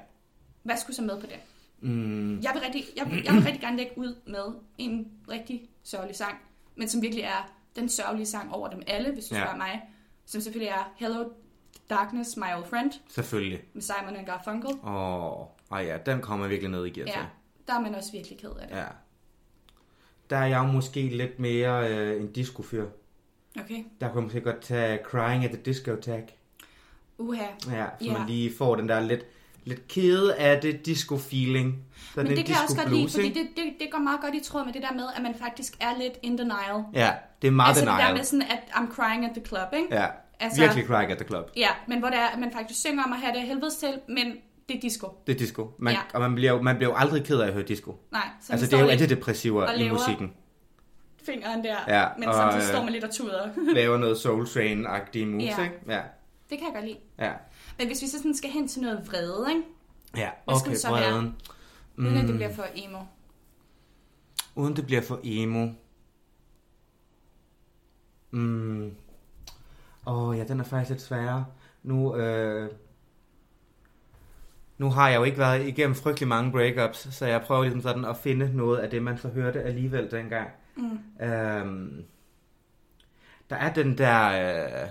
hvad skulle så med på det? Mm, Jeg vil rigtig, jeg, vil- jeg vil rigtig gerne lægge ud med en rigtig sørgelig sang, men som virkelig er den sørgelige sang over dem alle, hvis du Ja. ja. spørger mig. Som selvfølgelig er Hello Darkness, My Old Friend selvfølgelig. med Simon and Garfunkel. Åh, ej ja, den kommer jeg virkelig ned i gear til. Ja, der er man også virkelig ked af det. Ja. Der er jeg jo måske lidt mere øh, en discofyr. Okay. Der kunne jeg måske godt tage Crying at the Discotheque. Uha. Ja, så Ja. man lige får den der lidt, lidt kede af det disco-feeling. Så Men den det kan jeg også godt lide, disco-blues, fordi ikke? det, det, det går meget godt i tråd med det der med, at man faktisk er lidt in denial. Ja, det er meget altså det der denial. med sådan, at I'm crying at the club, ikke? Ja, Altså- altså... virkelig Crying at the Club. Ja, men hvor det er, at man faktisk synger om at have det af helvedes til, men det er disco. Det er disco. Man, Ja. Og man bliver, jo, man bliver jo aldrig ked af at høre disco. Nej, så altså, man det er jo står lidt antidepressiver og i lever. musikken. med fingeren der, Ja, men og, samtidig øh, står man lidt og tuder. Laver noget Soul Train-agtige moves, Ja. ikke? Ja, det kan jeg godt lide. ja. Men hvis vi så sådan skal hen til noget vrede, ikke? Ja, Hvad skal okay, det så være? vreden. Uden at det Mm, bliver for emo. uden det bliver for emo. Mm. Åh oh, ja, den er faktisk lidt sværere. Nu, øh... nu har jeg jo ikke været igennem frygtelig mange breakups, så jeg prøver ligesom sådan at finde noget af det, man så hørte alligevel dengang. Mm. Øhm, der er den der... Øh,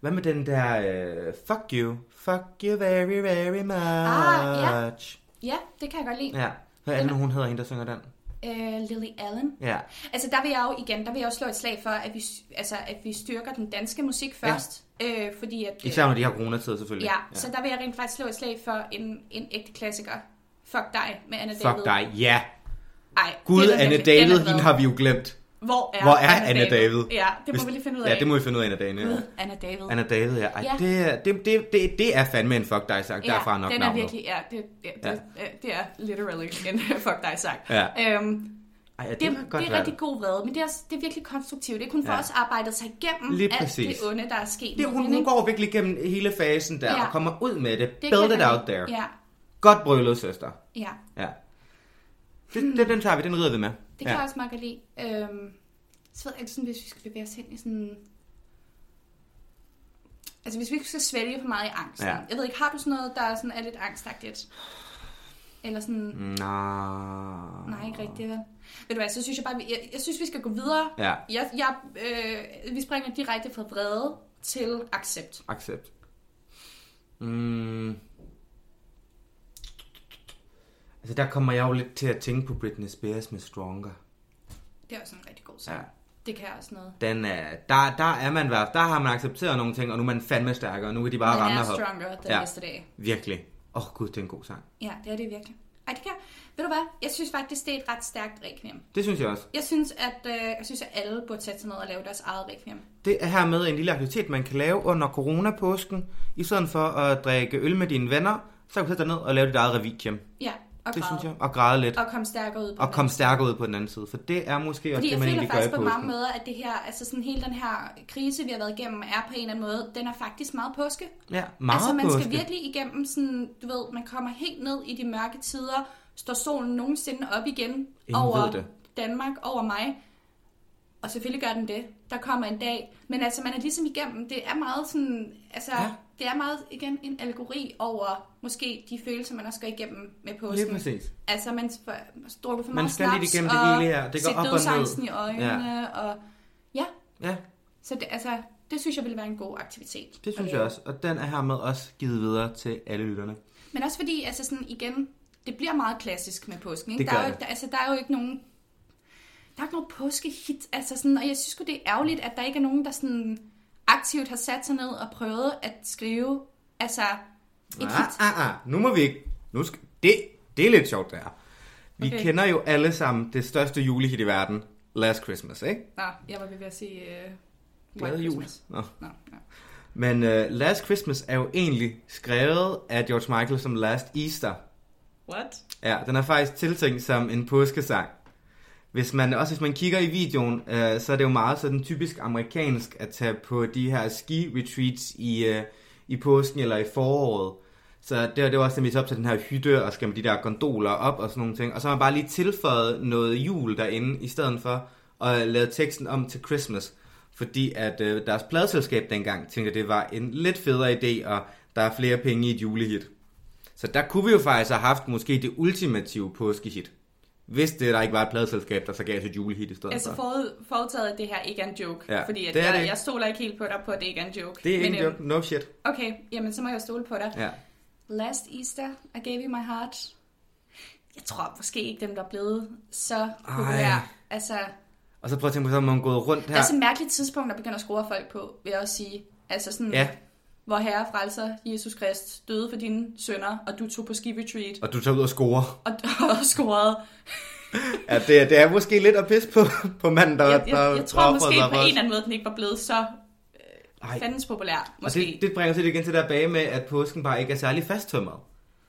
hvad med den der... Øh, fuck you. Fuck you very, very much. Ah, Ja, det kan jeg godt lide. ja. Hvad er det nu, hun hedder, hende der synger den? øh, Lily Allen. Ja. Altså der vil jeg jo igen, der vil jeg jo slå et slag for, at vi, s- altså, at vi styrker den danske musik Ja. først. Ja. Øh, fordi at, øh, Især når de har coronatid, selvfølgelig. ja, så der vil jeg rent faktisk slå et slag for en, en ægte klassiker. Fuck dig med Anna David. Fuck dig, ja. Ej, Gud, det er Anne nemlig- den er David, fed. hende har vi jo glemt. Hvor er, Hvor er Anna David? Ja, det må Hvis- vi lige finde ud af. Ja, det må vi finde ud af en af dagene. Ja. Gud, Anna David. Anna David, ja. Ej, Ja. Det, er- det, det, det, det er fandme en fuck dig-sang. Ja, Derfra er nok den er navnet. virkelig, ja, det, ja, det, ja. det er literally en fuck dig sagt. Ja. Øhm, Ej, ja, det, det, var det, godt det er valgt. rigtig god hvad, men det er, også, det er virkelig konstruktivt. Det er kun for Ja. ja. os arbejdet sig igennem Lige alt det præcis. onde, der er sket. Det, med hun, hende, hun ikke? går virkelig gennem hele fasen der, Ja. og kommer ud med det. det kan Build it man- out there. Ja, Godt brølet, søster. ja. Ja. Det, det, den tager vi, den rider vi med. Det kan ja. jeg også meget godt lide. Øhm, så ved jeg ikke, sådan, hvis vi skal bevæge os hen i sådan... Altså, hvis vi ikke skal svælge for meget i angsten. Ja. Jeg ved ikke, har du sådan noget, der sådan er lidt angstagtigt? Eller sådan... Nå. Mm. Mm. Nej, ikke rigtigt, vel? Ved du hvad, så synes jeg bare, vi, jeg, jeg synes, vi skal gå videre. Ja, Jeg, jeg, øh, vi springer direkte fra vrede til accept. accept. Mm. Altså, der kommer jeg jo lidt til at tænke på Britney Spears med Stronger. Det er også en rigtig god sang. Ja. Ja. Det kan også noget. Den er, der, der er man, der har man accepteret nogle ting, og nu er man fandme stærkere, og nu kan de bare Man ramme er og hoppe. stronger den Ja. ja. næste dag. Virkelig. Åh oh, gud, det er en god sang. Ja, det er det virkelig. Ej, det kan Ved du hvad? Jeg synes faktisk, det er et ret stærkt requiem. Det synes jeg også. Jeg synes, at, øh, jeg synes, at alle burde sætte sig ned og lave deres eget requiem. Det er hermed en lille aktivitet, man kan lave under coronapåsken. I stedet for at drikke øl med dine venner, så kan du sætte dig ned og lave dit eget revikium. Ja, og Det græde. synes jeg. Og græde lidt. Og komme stærkere ud på Og den komme anden side. stærkere ud på den anden side. For det er måske også Fordi det, jeg man føler egentlig gør i faktisk på mange påsken. måder, at det her, altså sådan hele den her krise, vi har været igennem, er på en eller anden måde, den er faktisk meget påske. Ja, meget altså, man påske. skal virkelig igennem sådan, du ved, man kommer helt ned i de mørke tider, står solen nogensinde op igen Ingen over ved det. Danmark, over mig. Og selvfølgelig gør den det. Der kommer en dag. Men altså, man er ligesom igennem. Det er meget sådan, altså, Ja. ja. det er meget, igen, en allegori over måske de følelser, man også går igennem med Lige påsken. præcis. Altså, man får- drukker for Man meget skal snaps, lidt igennem det og hele her. Det går ser op og ned. dødsangsten i øjnene, ja. og ja, Ja, så det, altså, det synes jeg ville være en god aktivitet. det at synes jeg lave. også. Og den er hermed også givet videre til alle lytterne. Men også fordi, altså sådan igen, det bliver meget klassisk med påsken. Ikke? Det der, gør er jo, det. der, altså, der er jo ikke nogen... Der er ikke nogen påskehit, altså sådan, og jeg synes sgu, det er ærgerligt, at der ikke er nogen, der sådan aktivt har sat sig ned og prøvet at skrive altså et Ah, hit. ah, ah. Nu må vi ikke. Nu skal... det, det er lidt sjovt, det her. Vi Okay. kender jo alle sammen det største julehit i verden. Last Christmas, ikke? Nå, jeg var ved at sige... Øh, Glade White jul. Christmas. Nå. Nå, nå. Men uh, Last Christmas er jo egentlig skrevet af George Michael som Last Easter. What? Ja, den er faktisk tiltænkt som en påskesang. Hvis man, også hvis man kigger i videoen, øh, så er det jo meget sådan typisk amerikansk at tage på de her ski-retreats i, øh, i påsken eller i foråret. Så det, det var også det, vi op til den her hytte, og skal med de der gondoler op og sådan nogle ting. Og så har man bare lige tilføjet noget jul derinde, i stedet for at lave teksten om til Christmas. Fordi at øh, deres pladselskab dengang tænkte, at det var en lidt federe idé, og der er flere penge i et julehit. Så der kunne vi jo faktisk have haft måske det ultimative påskehit. Hvis det der ikke var et pladselskab, der så gav os et julehit i stedet Altså for. forud, foretaget, at det her ikke er en joke. Ja, fordi at det er jeg, det. jeg stoler ikke helt på dig på, at det ikke er en joke. Det er Men, ikke en øhm, joke. No shit. Okay, jamen så må jeg jo stole på dig. Ja. Last Easter, I gave you my heart. Jeg tror måske ikke, den var blevet så populær. Altså, der Og så prøv at tænke på, så har man gået rundt er her. sådan et mærkeligt tidspunkt, der begynder at score folk på, vil jeg også sige. Altså sådan, Ja, hvor herre frelser Jesus Krist døde for dine sønner, og du tog på ski retreat og du tager ud og scorer. og, og scorede. Ja, det, det er måske lidt at pisse på, på manden, der... Jeg, der jeg, jeg tror måske på en eller anden måde, den ikke var blevet så Ej, fandens populær. og Måske. det, det bringer os lidt igen til der bage med, at påsken bare ikke er særlig fasttømret.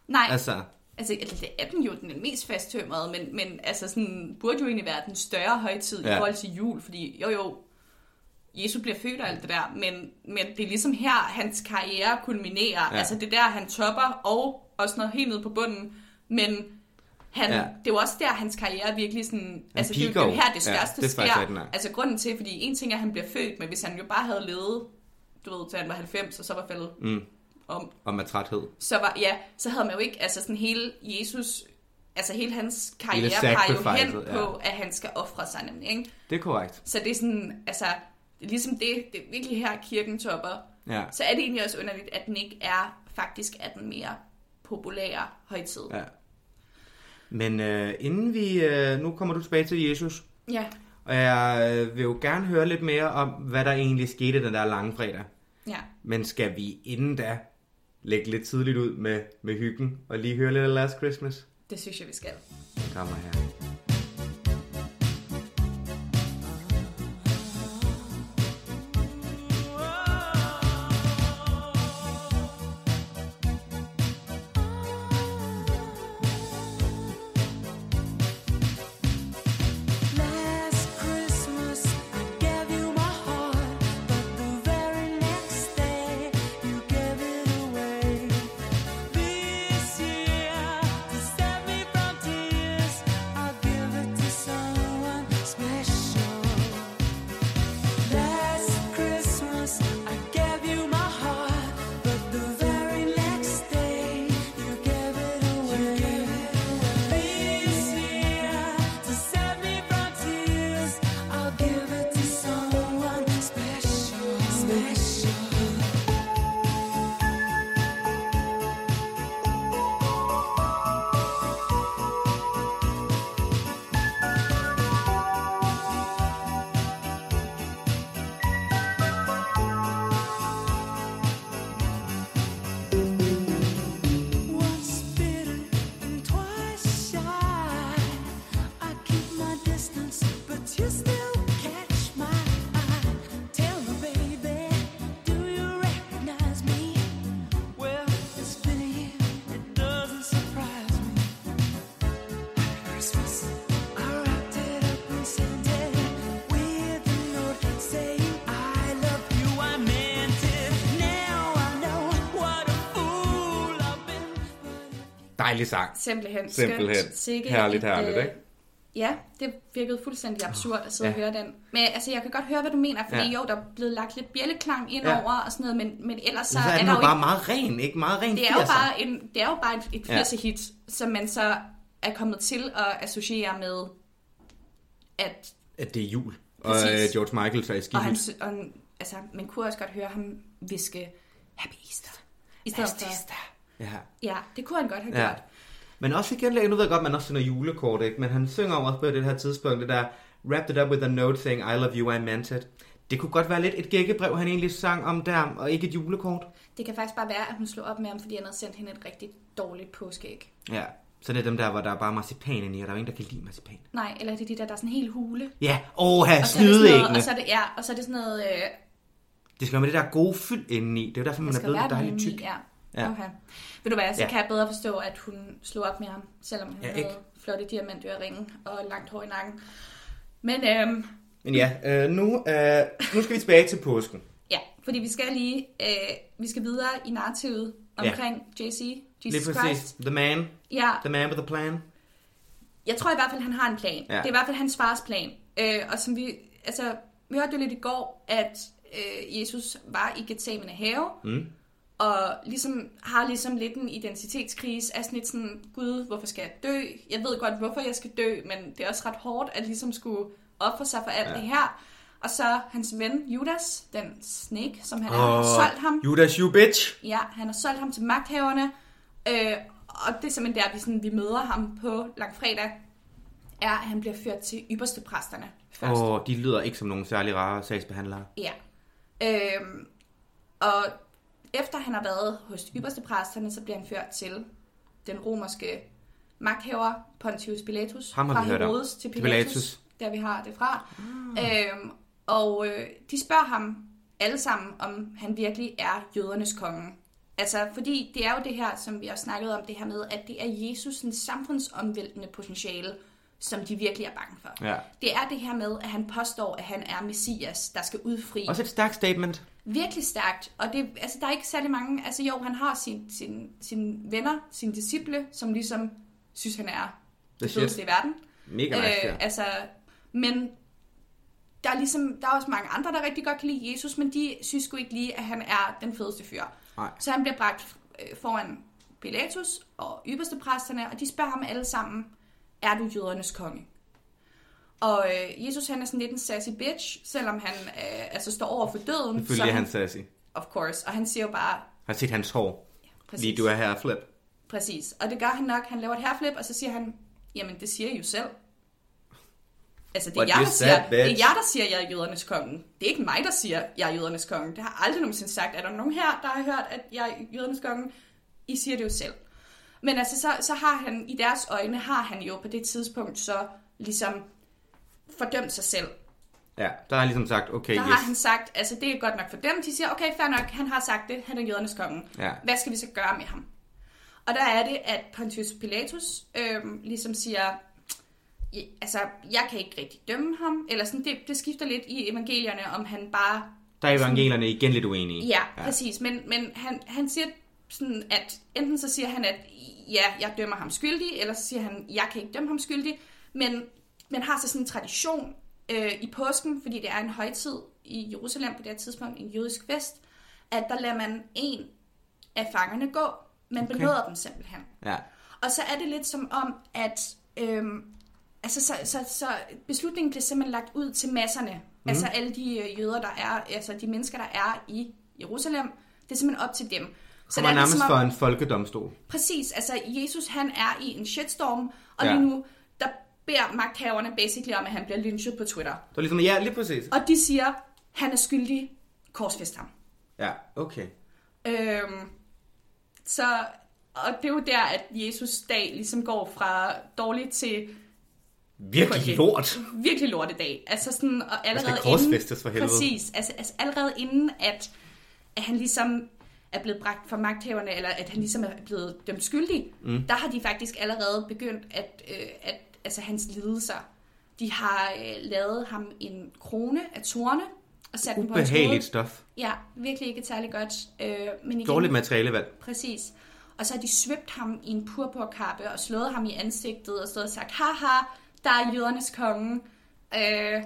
Nej, altså, Altså, altså, det er den jo den er mest fasttømrede, men, men altså, sådan, burde jo egentlig være den større højtid Ja. ja. i forhold til jul, fordi jo jo, Jesus bliver født og alt det der, men, men det er ligesom her, hans karriere kulminerer. Ja. Ja. Altså det er der, han topper, og også noget helt nede på bunden, men han, Ja. ja. det er jo også der, hans karriere virkelig sådan... altså, det er jo- det peaker er jo jo. her, det Ja, største det er faktisk sker. rigtigt nok. Altså grunden til, fordi en ting er, at han bliver født, men hvis han jo bare havde levet, du ved, til han var 90, og så var faldet Mm. om, om at træthed. så var, ja, så havde man jo ikke, altså sådan hele Jesus, altså hele hans karriere Hele peger jo hen sacrificet, ja. på, at han skal ofre sig nemlig, ikke? Det er korrekt. Så det er sådan, altså, det er ligesom det, det er virkelig her kirken topper. Ja. Så er det egentlig også underligt, at den ikke er, faktisk er den mere populære højtid. Ja. ja. Men øh, inden vi... Øh, nu kommer du tilbage til Jesus. Ja, Og jeg øh, vil jo gerne høre lidt mere om, hvad der egentlig skete den der lange fredag. ja. Men skal vi inden da lægge lidt tidligt ud med, med hyggen og lige høre lidt af Last Christmas? Det synes jeg, vi skal. Den kommer her. Last Christmas I gave you my heart, but the very next day you gave it away. This year to save me from tears, I'll give it to someone special. Last Christmas I gave you my heart, but the very next day you gave it away. This year to save me from tears, I'll give it to someone special, special. Once bitten and twice shy. I keep my distance, but you still catch my eye. Tell me, baby, do you recognize me? Well, it's been a year, it doesn't surprise me. Happy Christmas. I wrapped it up and sent it with a note saying I love you. I meant it. Now I know what a fool I've been. Dejlig sang. Simpelthen. Simpelthen. Skønt. Sikke Herligt, et, herligt, øh, ikke? Ja, det virkede fuldstændig absurd at sidde ja. og Ja. høre den. Men altså, jeg kan godt høre, hvad du mener, fordi Ja. ja. jo, der er blevet lagt lidt bjælleklang ind Ja. ja. over og sådan noget, men, men ellers Så så, er den der jo jo bare ikke... meget ren, ikke? Meget ren Det er, jo 80'er. bare en, det er jo bare et, et Ja. 80'er hit, som man så er kommet til at associere med, at At det er jul. Og Præcis. øh, George Michael tager i og han, skihus. sy- og, han- altså, man kunne også godt høre ham viske Happy Easter. I stedet for, Ja. ja, det kunne han godt have Ja. ja. gjort. Men også igen, nu ved jeg godt, at man også synger julekort, ikke? Men han synger over på det her tidspunkt, det der Wrapped it up with a note saying, I love you, I meant it. Det kunne godt være lidt et gækkebrev, han egentlig sang om der, og ikke et julekort. Det kan faktisk bare være, at hun slog op med ham, fordi han havde sendt hende et rigtig dårligt påskeæg. Ja. Så det er dem der, hvor der er bare marcipan inde i, og der er jo ingen, der kan lide marcipan. Nej, eller det er de der, der er sådan en hel hule. Ja, åh, have så er det sådan noget, snydeæggene. og så er det, ja, og så er det sådan noget, øh, Det skal være med det der gode fyld indeni. Det er jo derfor, man man er skal blevet være dejligt den tyk. i, ja. Ja. ja. Okay. Ved du hvad, så Ja. ja. kan jeg bedre forstå, at hun slog op med ham, selvom hun Ja, ja, havde ikke? flotte diamantøreringe og langt hår i nakken. Men øhm, Men ja, øh, nu, øh, nu skal vi tilbage til påsken. ja, fordi vi skal lige, øh, vi skal videre i narrativet Ja. omkring ja. JC, Lige Jesus præcis. Christ. The man. Ja, The man with the plan. jeg tror i hvert fald, han har en plan. Ja. Ja. Det er i hvert fald hans fars plan. Øh, og som vi, altså, vi hørte jo lidt i går, at øh, Jesus var i Gethsemane have, Mm. og ligesom, har ligesom lidt en identitetskrise, er sådan lidt sådan, gud, hvorfor skal jeg dø? Jeg ved godt, hvorfor jeg skal dø, men det er også ret hårdt, at ligesom skulle ofre sig for alt Ja. ja. det her. Og så hans ven Judas, den snake, som han oh. Og har solgt ham. Judas, you bitch. Ja, han har solgt ham til magthaverne, øh, og det er simpelthen der, vi, sådan, vi møder ham på langfredag, er, at han bliver ført til ypperste præsterne først. Åh, oh, de lyder ikke som nogen særlig rare sagsbehandlere. Ja. Øhm, og efter han har været hos ypperste præsterne, så bliver han ført til den romerske magthaver Pontius Pilatus. Ham har fra vi hørt om. Herodes til Til Pilatus, Pilatus. Ah. Pilatus, der vi har det fra. Mm. Øhm, og øh, de spørger ham alle sammen, om han virkelig er jødernes konge. Altså, fordi det er jo det her, som vi også snakkede om, det her med, at det er Jesus' samfundsomvæltende potentiale, som de virkelig er bange for. Ja. Det er det her med, at han påstår, at han er messias, der skal udfri. Også et stærkt statement. Virkelig stærkt. Og det, altså, der er ikke særlig mange... Altså jo, han har sine sin, sin venner, sine disciple, som ligesom synes, han er The det shit. fedeste i verden. Mega nice, ja. altså, men der er, ligesom, der er også mange andre, der rigtig godt kan lide Jesus, men de synes sgu ikke lige, at han er den fedeste fyr. Nej. Så han bliver bragt øh, foran Pilatus og ypperste præsterne, og de spørger ham alle sammen, er du jødernes konge? Og øh, Jesus han er sådan lidt en sassy bitch, selvom han øh, altså står over for døden. Selvfølgelig er han sassy. Of course. Og han siger jo bare, Har set hans hår. præcis. Lige du er her, Flip. Præcis. Og det gør han nok. Han laver et herflip, og så siger han, Jamen, det siger I jo selv. Altså, det er, What jeg, you der said, siger, det er bitch. jeg, der siger, jeg er jødernes konge. Det er ikke mig, der siger, jeg er jødernes konge. Det har jeg aldrig nogensinde sagt. Er der nogen her, der har hørt, at jeg er jødernes konge? I siger det jo selv. Men altså, så, så har han, i deres øjne, har han jo på det tidspunkt så ligesom fordømt sig selv. Ja, der har jeg ligesom sagt, okay, Der yes. yes. har han sagt, altså det er godt nok for dem. De siger, okay, fair nok, han har sagt det, han er jødernes konge. Ja. Hvad skal vi så gøre med ham? Og der er det, at Pontius Pilatus øhm, ligesom siger, "Ja, altså, jeg kan ikke rigtig dømme ham, eller sådan, det, det skifter lidt i evangelierne, om han bare, Der er evangelierne igen lidt uenige. ja, ja. præcis, men, men han, han siger sådan, at enten så siger han, at ja, jeg dømmer ham skyldig, eller så siger han, jeg kan ikke dømme ham skyldig, men man har så sådan en tradition øh, i påsken, fordi det er en højtid i Jerusalem på det her tidspunkt, en jødisk fest, at der lader man en af fangerne gå, man okay. benåder dem simpelthen. ja. Og så er det lidt som om, at øhm, altså, så, så, så beslutningen bliver simpelthen lagt ud til masserne. Mhm. Mm. Altså alle de øh, jøder, der er, altså de mennesker, der er i Jerusalem, det er simpelthen op til dem. Så Kommer det er nærmest ligesom, for en folkedomstol. præcis, altså Jesus han er i en shitstorm, og Ja. ja. lige nu, der beder magthaverne basically om, at han bliver lynchet på Twitter. Det var ligesom, ja, lige præcis. Og de siger, han er skyldig, korsfæst ham. Ja, okay. Øhm, så, og det er jo der, at Jesus dag ligesom går fra dårlig til Virkelig Okay. lort. virkelig lortedag. Altså sådan, og allerede skal korsfæstes for helvede. Præcis, altså, altså allerede inden, at, at han ligesom er blevet bragt for magthaverne, eller at han ligesom er blevet dømt skyldig, mm. der har de faktisk allerede begyndt, at, øh, at altså, hans lidelser, de har øh, lavet ham en krone af torne, og sat den på hans hoved. Behageligt stof. Ja, virkelig ikke særlig godt. Øh, men igen, Dårligt materialevalg. Præcis. Og så har de svøbt ham i en purpurkappe og slået ham i ansigtet og stået og sagt, haha, der er jødernes konge, øh,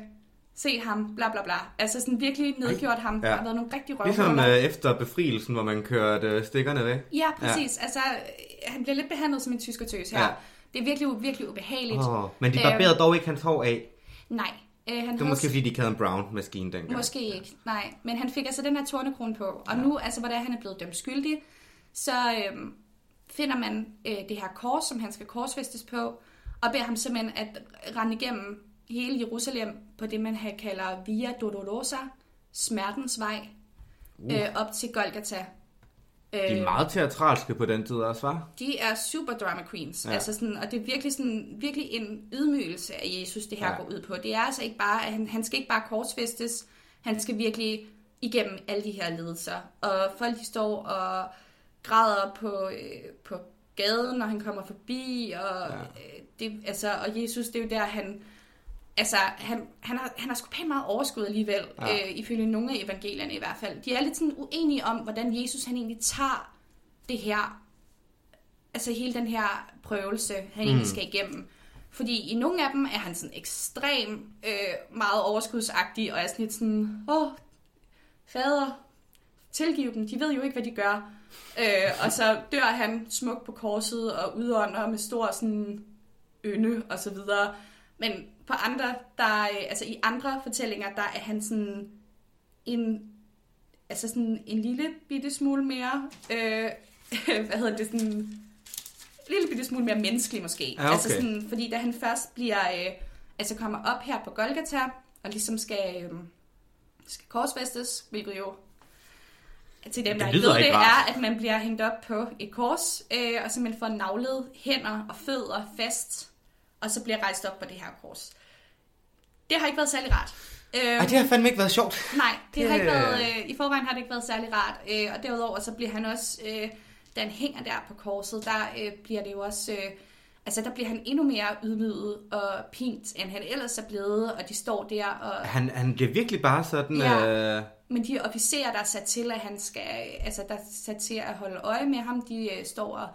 se ham, bla bla bla. Altså sådan virkelig nedgjort ham. ja. Der har været nogle rigtig røvhuller. Ligesom øh, efter befrielsen, hvor man kørte øh, stikkerne væk. Ja, præcis. Ja. Altså, øh, han bliver lidt behandlet som en tyskertøs her. Ja. Ja. Det er virkelig, virkelig ubehageligt. Oh, men de Øhm, barberede dog ikke hans hår af. Nej. Øh, han Det var måske fordi, de ikke havde en brown-maskine dengang. Måske ikke, nej. Men han fik altså den her tornekrone på, og ja. nu, altså hvordan han er blevet dømt skyldig, så øhm, finder man øh, det her kors, som han skal korsfæstes på, og beder ham simpelthen at rende igennem hele Jerusalem på det, man her kalder Via Dolorosa, smertens vej, uh. øh, op til Golgata. De er Øh, meget teatralske på den tid også, var? de er super drama queens, Ja. ja. altså sådan, og det er virkelig, sådan, virkelig en ydmygelse af Jesus, det her Ja. ja. går ud på. Det er altså ikke bare, at han, han skal ikke bare korsfæstes, han skal virkelig igennem alle de her ledelser. Og folk de står og græder på, øh, på gaden, når han kommer forbi, og, ja. øh, det, altså, og Jesus, det er jo der, han... Altså, han, han, har, han har sgu pænt meget overskud alligevel, Ja. ja. øh, ifølge nogle af evangelierne i hvert fald. De er lidt sådan uenige om, hvordan Jesus han egentlig tager det her altså hele den her prøvelse, han egentlig skal igennem. Fordi i nogle af dem er han sådan ekstrem, øh, meget overskudsagtig, og er sådan lidt sådan, åh, fader, tilgiv dem, de ved jo ikke, hvad de gør. Øh, og så dør han smukt på korset og udånder med stor sådan ynde og så videre. Men på andre, der, øh, altså i andre fortællinger, der er han sådan en altså sådan en lille bitte smule mere, øh, hvad hedder det, sådan en lille bitte smule mere menneskelig måske. Ja, okay. Altså sådan, fordi da han først bliver, øh, altså kommer op her på Golgata, og ligesom skal, øh, skal korsfæstes, hvilket jo til dem, Det der ikke lyder ved ikke det, rart. er, at man bliver hængt op på et kors, øh, og simpelthen får navlet hænder og fødder fast, og så bliver rejst op på det her kors. Det har ikke været særlig rart. Øh, Ej, det har fandme ikke været sjovt. Nej, det har ikke Det- været, øh, i forvejen har det ikke været særlig rart. Øh, og derudover så bliver han også, øh, da han hænger der på korset, der øh, bliver det jo også, øh, altså der bliver han endnu mere ydmyget og pint, end han ellers er blevet, og de står der, og, Han, han bliver virkelig bare sådan... Ja. Øh, men de officerer, der er sat til, at han skal, øh, altså der er sat til at holde øje med ham, de øh, står og,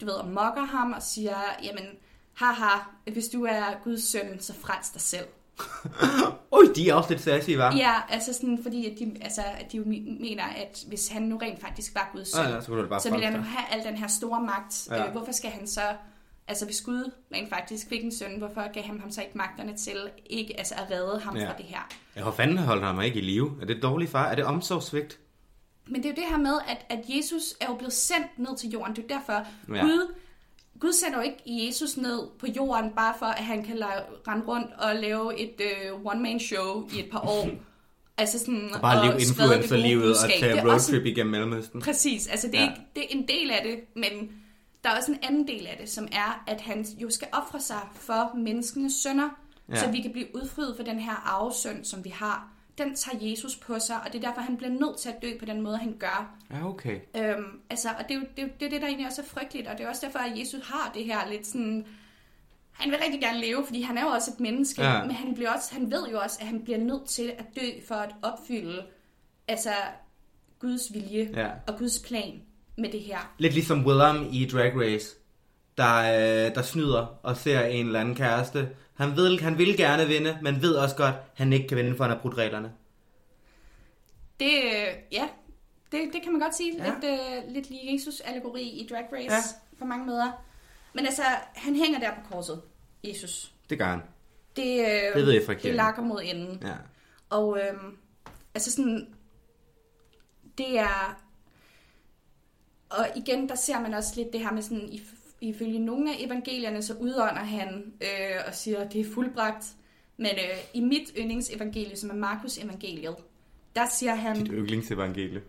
du ved, og mokker ham og siger, jamen, haha, hvis du er Guds søn, så frels dig selv. Oj, de er også lidt sassy, var? Ja, altså sådan, fordi at de, altså, at de jo me- mener, at hvis han nu rent faktisk var Guds søn, Ah, Ja, ja, så kunne du da bare så ville han jo frelse have al den her store magt. Ja. Ja. Øh, hvorfor skal han så, altså hvis Gud rent faktisk fik en søn, hvorfor gav han ham så ikke magterne til ikke altså at redde ham Ja. ja. fra det her? Ja, hvor fanden holdt han mig ikke i live? Er det dårlig far? Er det omsorgsvigt? Men det er jo det her med, at, at Jesus er jo blevet sendt ned til jorden. Det er jo derfor, Ja. ja. Gud Gud sender jo ikke Jesus ned på jorden, bare for at han kan lave, rende rundt og lave et øh, one-man-show i et par år. altså sådan, Og bare leve sprede det influencerlivet gode og budskab. Det tage er også en- roadtrip igennem Mellemøsten. Præcis, altså det er, Ja. ja. ikke, det er en del af det, men der er også en anden del af det, som er, at han jo skal ofre sig for menneskenes sønder, Ja. ja. så vi kan blive udfriet for den her arvesynd, som vi har. Den tager Jesus på sig, og det er derfor, han bliver nødt til at dø på den måde, han gør. Ja, okay. Øhm, altså, og det er jo det, er jo- det, er det, der egentlig også er frygteligt, og det er også derfor, at Jesus har det her lidt sådan... Han vil rigtig gerne leve, fordi han er jo også et menneske, Ja. ja. men han, bliver også, han ved jo også, at han bliver nødt til at dø for at opfylde altså, Guds vilje Ja. og Guds plan med det her. Lidt ligesom Willem i Drag Race, der, øh, der snyder og ser en eller anden kæreste. Han, ved, han vil gerne vinde, men ved også godt, han ikke kan vinde, for han har brudt reglerne. Det, øh, ja, det, det kan man godt sige. Ja. Ja. Lidt, øh, lidt lige Jesus-allegori i Drag Race Ja. ja. på mange måder. Men altså, han hænger der på korset, Jesus. Det gør han. Det, øh, Det ved jeg fra kirken. det lakker mod enden. Ja. Og øhm, altså sådan, det er, og igen, der ser man også lidt det her med sådan, if- ifølge nogle af evangelierne, så udånder han øh, og siger, det er fuldbragt. Men øh, i mit yndlingsevangelie, som er Markus evangeliet, der siger han, Dit yndlingsevangelie.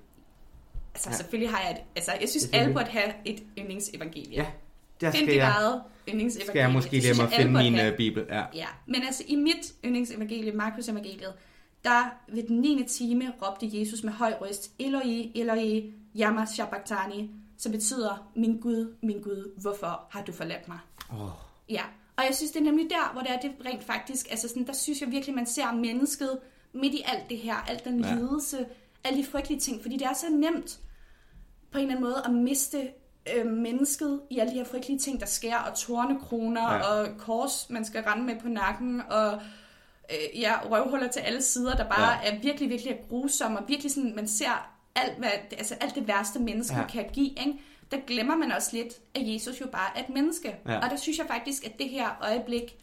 altså ja. selvfølgelig har jeg et, altså jeg synes, alle Selvfølgelig. burde have et yndlingsevangelie. Ja, der Find skal dit jeg, eget yndlingsevangelie. skal jeg måske Det lige synes må jeg, alle finde burde min have. øh, bibel. Ja. Ja, men altså i mit yndlingsevangelie, Markus evangeliet, der ved den 9. time råbte Jesus med høj røst, Eloi, Eloi, Yama Shabbatani, som betyder, min Gud, min Gud, hvorfor har du forladt mig? Oh. Ja, og jeg synes, det er nemlig der, hvor det er det rent faktisk, altså sådan, der synes jeg virkelig, man ser mennesket midt i alt det her, alt den Ja. ja. lidelse, alle de frygtelige ting, fordi det er så nemt på en eller anden måde at miste øh, mennesket i alle de her frygtelige ting, der sker, og tornekroner, Ja. ja. og kors, man skal rende med på nakken, og øh, ja, røvhuller til alle sider, der bare ja. er virkelig, virkelig er grusomme, og virkelig sådan, man ser alt, hvad, altså alt det værste, mennesket Ja. ja. kan give, ikke? der glemmer man også lidt, at Jesus jo bare er et menneske. Ja. Ja. Og der synes jeg faktisk, at det her øjeblik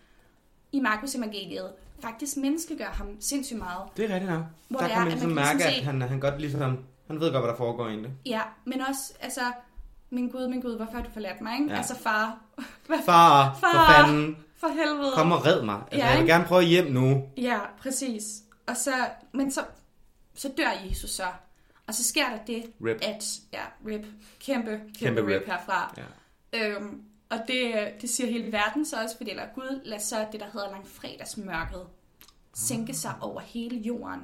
i Markus evangeliet faktisk menneskeliggør ham sindssygt meget. Det er rigtigt nok. Hvor der det kan er, at man ligesom man kan mærke, sådan at se- han, han godt ligesom... Han ved godt, hvad der foregår egentlig. Ja, men også, altså, min Gud, min Gud, hvorfor har du forladt mig? Ikke? Ja. Ja. Altså far, hvad Far, for Far. fanden, for helvede. kom og red mig. Altså, Ja, jeg vil ikke? gerne prøve hjem nu. Ja, præcis. Og så, men så, så dør Jesus så. Og så sker der det, Rip. at, ja, rip, kæmpe, kæmpe, Kæmpe kæmpe rip. rip. herfra. Ja. Øhm, og det, det siger hele verden så også, fordi eller Gud lader så det, der hedder langfredagsmørket, sænke sig over hele jorden.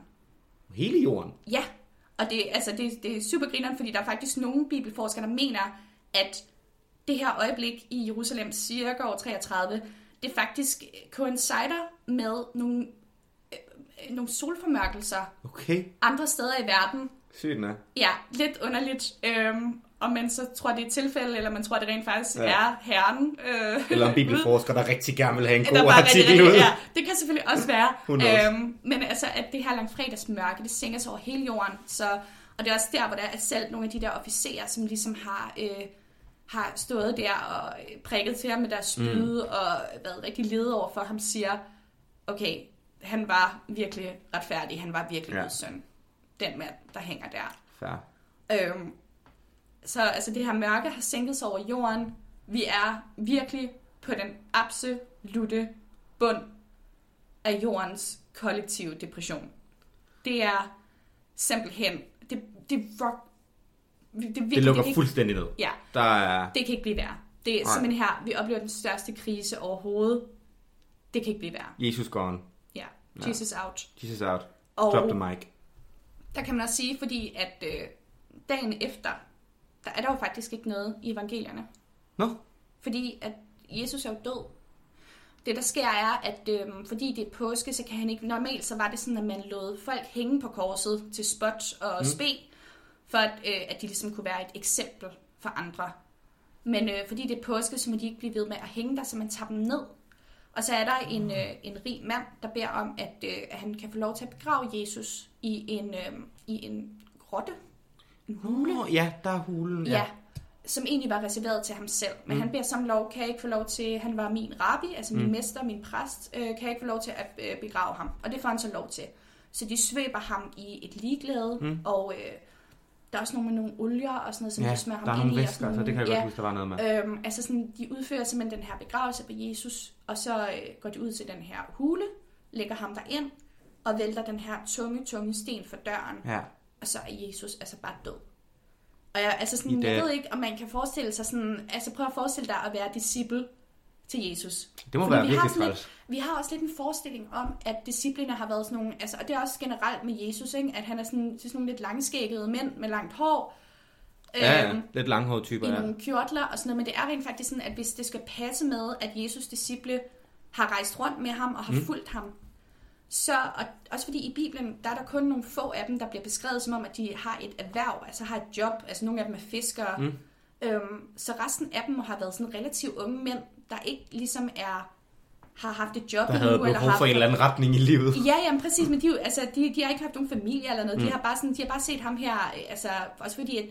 Hele jorden. Ja, og det, altså, det, det er super grineren, fordi der er faktisk nogle bibelforskere, der mener, at det her øjeblik i Jerusalem cirka år 33, det faktisk coincider med nogle, øh, øh, nogle solformørkelser Okay, andre steder i verden. sygt nok. Ja, lidt underligt. Øhm, om man så tror, det er et tilfælde, eller man tror, det rent faktisk Ja. ja. er herren. Øh, Eller en ude. bibelforsker, der rigtig gerne vil have en Der god bare rigtig, artikel rigtig- ud. Ja, det kan selvfølgelig også være. Who knows? øhm, men altså, at det her langfredagsmørke, det sænker sig over hele jorden. Så, og det er også der, hvor der er selv nogle af de der officerer, som ligesom har, øh, har stået der og øh, prikket til ham med deres spyd mm. og været rigtig lede over for ham, siger, okay, han var virkelig retfærdig, han var virkelig Ja. ja. søn, den mand, der hænger der. Fair. Øhm, så altså det her mørke har sænket sig over jorden. Vi er virkelig på den absolute bund af jordens kollektive depression. Det er simpelthen, det, det, rock, det, det, Det lukker ikke, fuldstændig ned. Ja, Der er... det kan ikke blive værre. Det er Nej. simpelthen her, vi oplever den største krise overhovedet. Det kan ikke blive værre. Jesus gone. Ja, Ja. Jesus out. Jesus out. Og- Drop the mic. Der kan man også sige, fordi at øh, dagen efter, der er der jo faktisk ikke noget i evangelierne. Nå, Fordi at Jesus er jo død. Det, der sker, er, at øhm, fordi det er påske, så kan han ikke... Normalt så var det sådan, at man lod folk hænge på korset til spot og spe, for at, øh, at de ligesom kunne være et eksempel for andre. Men øh, fordi det er påske, så må de ikke blive ved med at hænge der, så man tager dem ned. Og så er der en, øh, en rig mand, der beder om, at, øh, at han kan få lov til at begrave Jesus i en, øh, i en grotte. En hule. Nå, ja, der er hulen. Ja. som egentlig var reserveret til ham selv. Men mm. han beder som lov, kan jeg ikke få lov til, han var min rabbi, altså Mm. min mester, min præst, øh, kan jeg ikke få lov til at øh, begrave ham? Og det får han så lov til. Så de svøber ham i et ligeglæde, mm. og øh, Der er også nogle med nogle olier og sådan noget, som ja, de smører der er ham ind nogle i. og væsker, sådan så det kan jeg ja, godt huske, der var noget med. Øhm, altså sådan, de udfører simpelthen den her begravelse på Jesus, og så øh, går de ud til den her hule, lægger ham derind, og vælter den her tunge, tunge sten for døren, Ja. og så er Jesus altså bare død. Og jeg, altså I sådan, dag- jeg ved ikke, om man kan forestille sig sådan, altså prøv at forestille dig at være disciple til Jesus. Det må Fordi være vi har virkelig sådan træls. Vi har også lidt en forestilling om, at discipliner har været sådan nogle, altså, og det er også generelt med Jesus, ikke? at han er sådan, til sådan nogle lidt langskæggede mænd med langt hår, Øhm, Ja, ja, lidt langhårede typer, i ja. nogle kjortler og sådan noget, men det er rent faktisk sådan, at hvis det skal passe med, at Jesus disciple har rejst rundt med ham og har mm. fulgt ham, så, og også fordi i Bibelen, der er der kun nogle få af dem, der bliver beskrevet som om, at de har et erhverv, altså har et job, altså nogle af dem er fiskere, mm. øhm, så resten af dem må have været sådan relativt unge mænd, der ikke ligesom er, har haft et job Der havde endnu, behov har for en eller anden retning i livet. Ja, jamen præcis, men de, er jo- altså, de, de har ikke haft nogen familie eller noget. Mm. De, har bare sådan, de har bare set ham her, øh, altså, også fordi at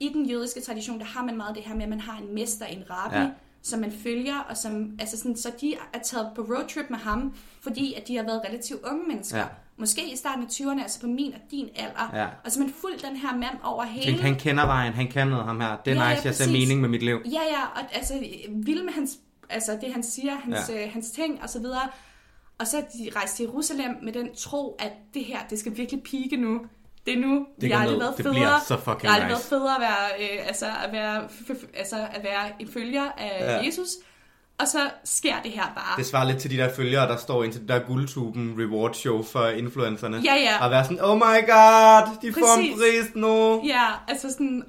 i den jødiske tradition, der har man meget det her med, at man har en mester, en rabbi, Ja. ja. som man følger, og som, altså sådan, så de er taget på roadtrip med ham, fordi at de har været relativt unge mennesker. Ja. Måske i starten af 20'erne, altså på min og din alder. Ja. Og så man fulgt den her mand over Tænk, hele... han kender vejen, han kan noget, ham her. Det er Ja, ja, nice, jeg ser præcis. mening med mit liv. Ja, ja, og altså, vild med hans, altså, det, han siger, hans, Ja. ja. øh, hans ting og så videre. Og så er de rejst til Jerusalem med den tro, at det her, det skal virkelig pike nu. Det er nu, Det vi går har aldrig ned. været Det federe. bliver så fucking jeg har aldrig nice. været federe at være, øh, altså, at være, f- f- altså, at være en følger af Ja. ja. Jesus. Og så sker det her bare. Det svarer lidt til de der følgere, der står ind til det der guldtuben reward show for influencerne. Ja, ja. Og være sådan, oh my god, de får en Præcis. pris nu. Ja, altså sådan,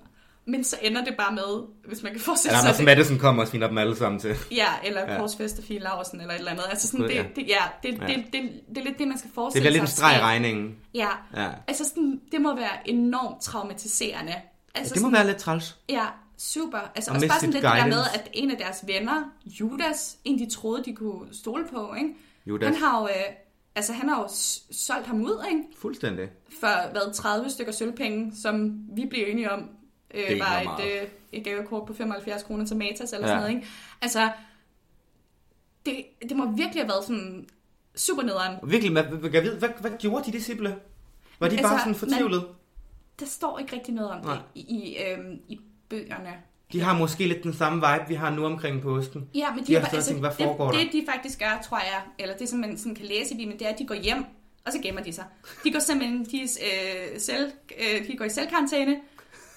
men så ender det bare med, hvis man kan forestille Ja, sig Anders det. Madison kommer og sviner dem alle sammen til. Ja, eller Ja. ja. Korsfest og Fie Laursen, eller et eller andet. Altså sådan, Gud, ja. det, det, ja, det, Ja. Det, det, det, det, er lidt det, man skal Det forestille sig. bliver lidt en at streg i ske. regningen. Ja. Ja. Altså, sådan, det må være enormt traumatiserende. Altså, Det må sådan, være lidt træls. Ja, super. Altså, og også Og miste bare sådan sit lidt guidance. det der med, guidance. at en af deres venner, Judas, en de troede, de kunne stole på, ikke? Judas. Han har jo, øh, altså, han har jo s- solgt ham ud, ikke? Fuldstændig. For, hvad, 30 stykker sølvpenge, som vi blev enige om, er øh, ikke var ret et, meget. øh, et gavekort på 75 kroner til Matas eller Ja. ja. sådan noget, ikke? Altså, det, det må virkelig have været sådan super nederen. Virkelig, hvad, hvad, hvad, hvad, hvad gjorde de disciple? Var de Altså, bare sådan man- fortvivlet? Der står ikke rigtig noget om Nej. det i, i, øhm, i bøgerne. De har måske lidt den samme vibe, vi har nu omkring påsken. Ja, men de, De har bare- siddet og tænkt, hvad foregår det, det, de faktisk gør, tror jeg, eller det, som man sådan kan læse i Bibelen, det er, at de går hjem, og så gemmer de sig. De går simpelthen, de, er, øh, selv, øh, de går i selvkarantæne.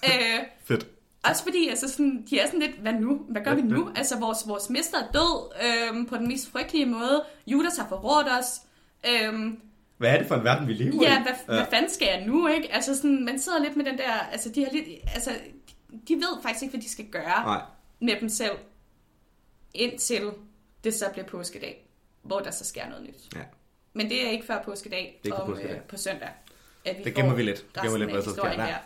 Øh, Fedt. også fordi, altså sådan, de er sådan lidt, hvad nu? Hvad gør vi Hvad- nu? Altså, vores, vores mester er død øh, på den mest frygtelige måde. Judas har forrådt os. Øh, Hvad er det for en verden, vi lever Ja, i? hvad, ja. hvad fanden skal jeg nu, ikke? Altså, sådan, man sidder lidt med den der... Altså, de, har lidt, altså, de ved faktisk ikke, hvad de skal gøre Nej. med dem selv, indtil det så bliver påskedag, hvor der så sker noget nyt. Ja. Men det er ikke før påskedag, Det er ikke før om, påskedag. øh, på søndag. At vi Det får gemmer vi lidt. Det gemmer vi resten lidt, af hvad der sker historien der.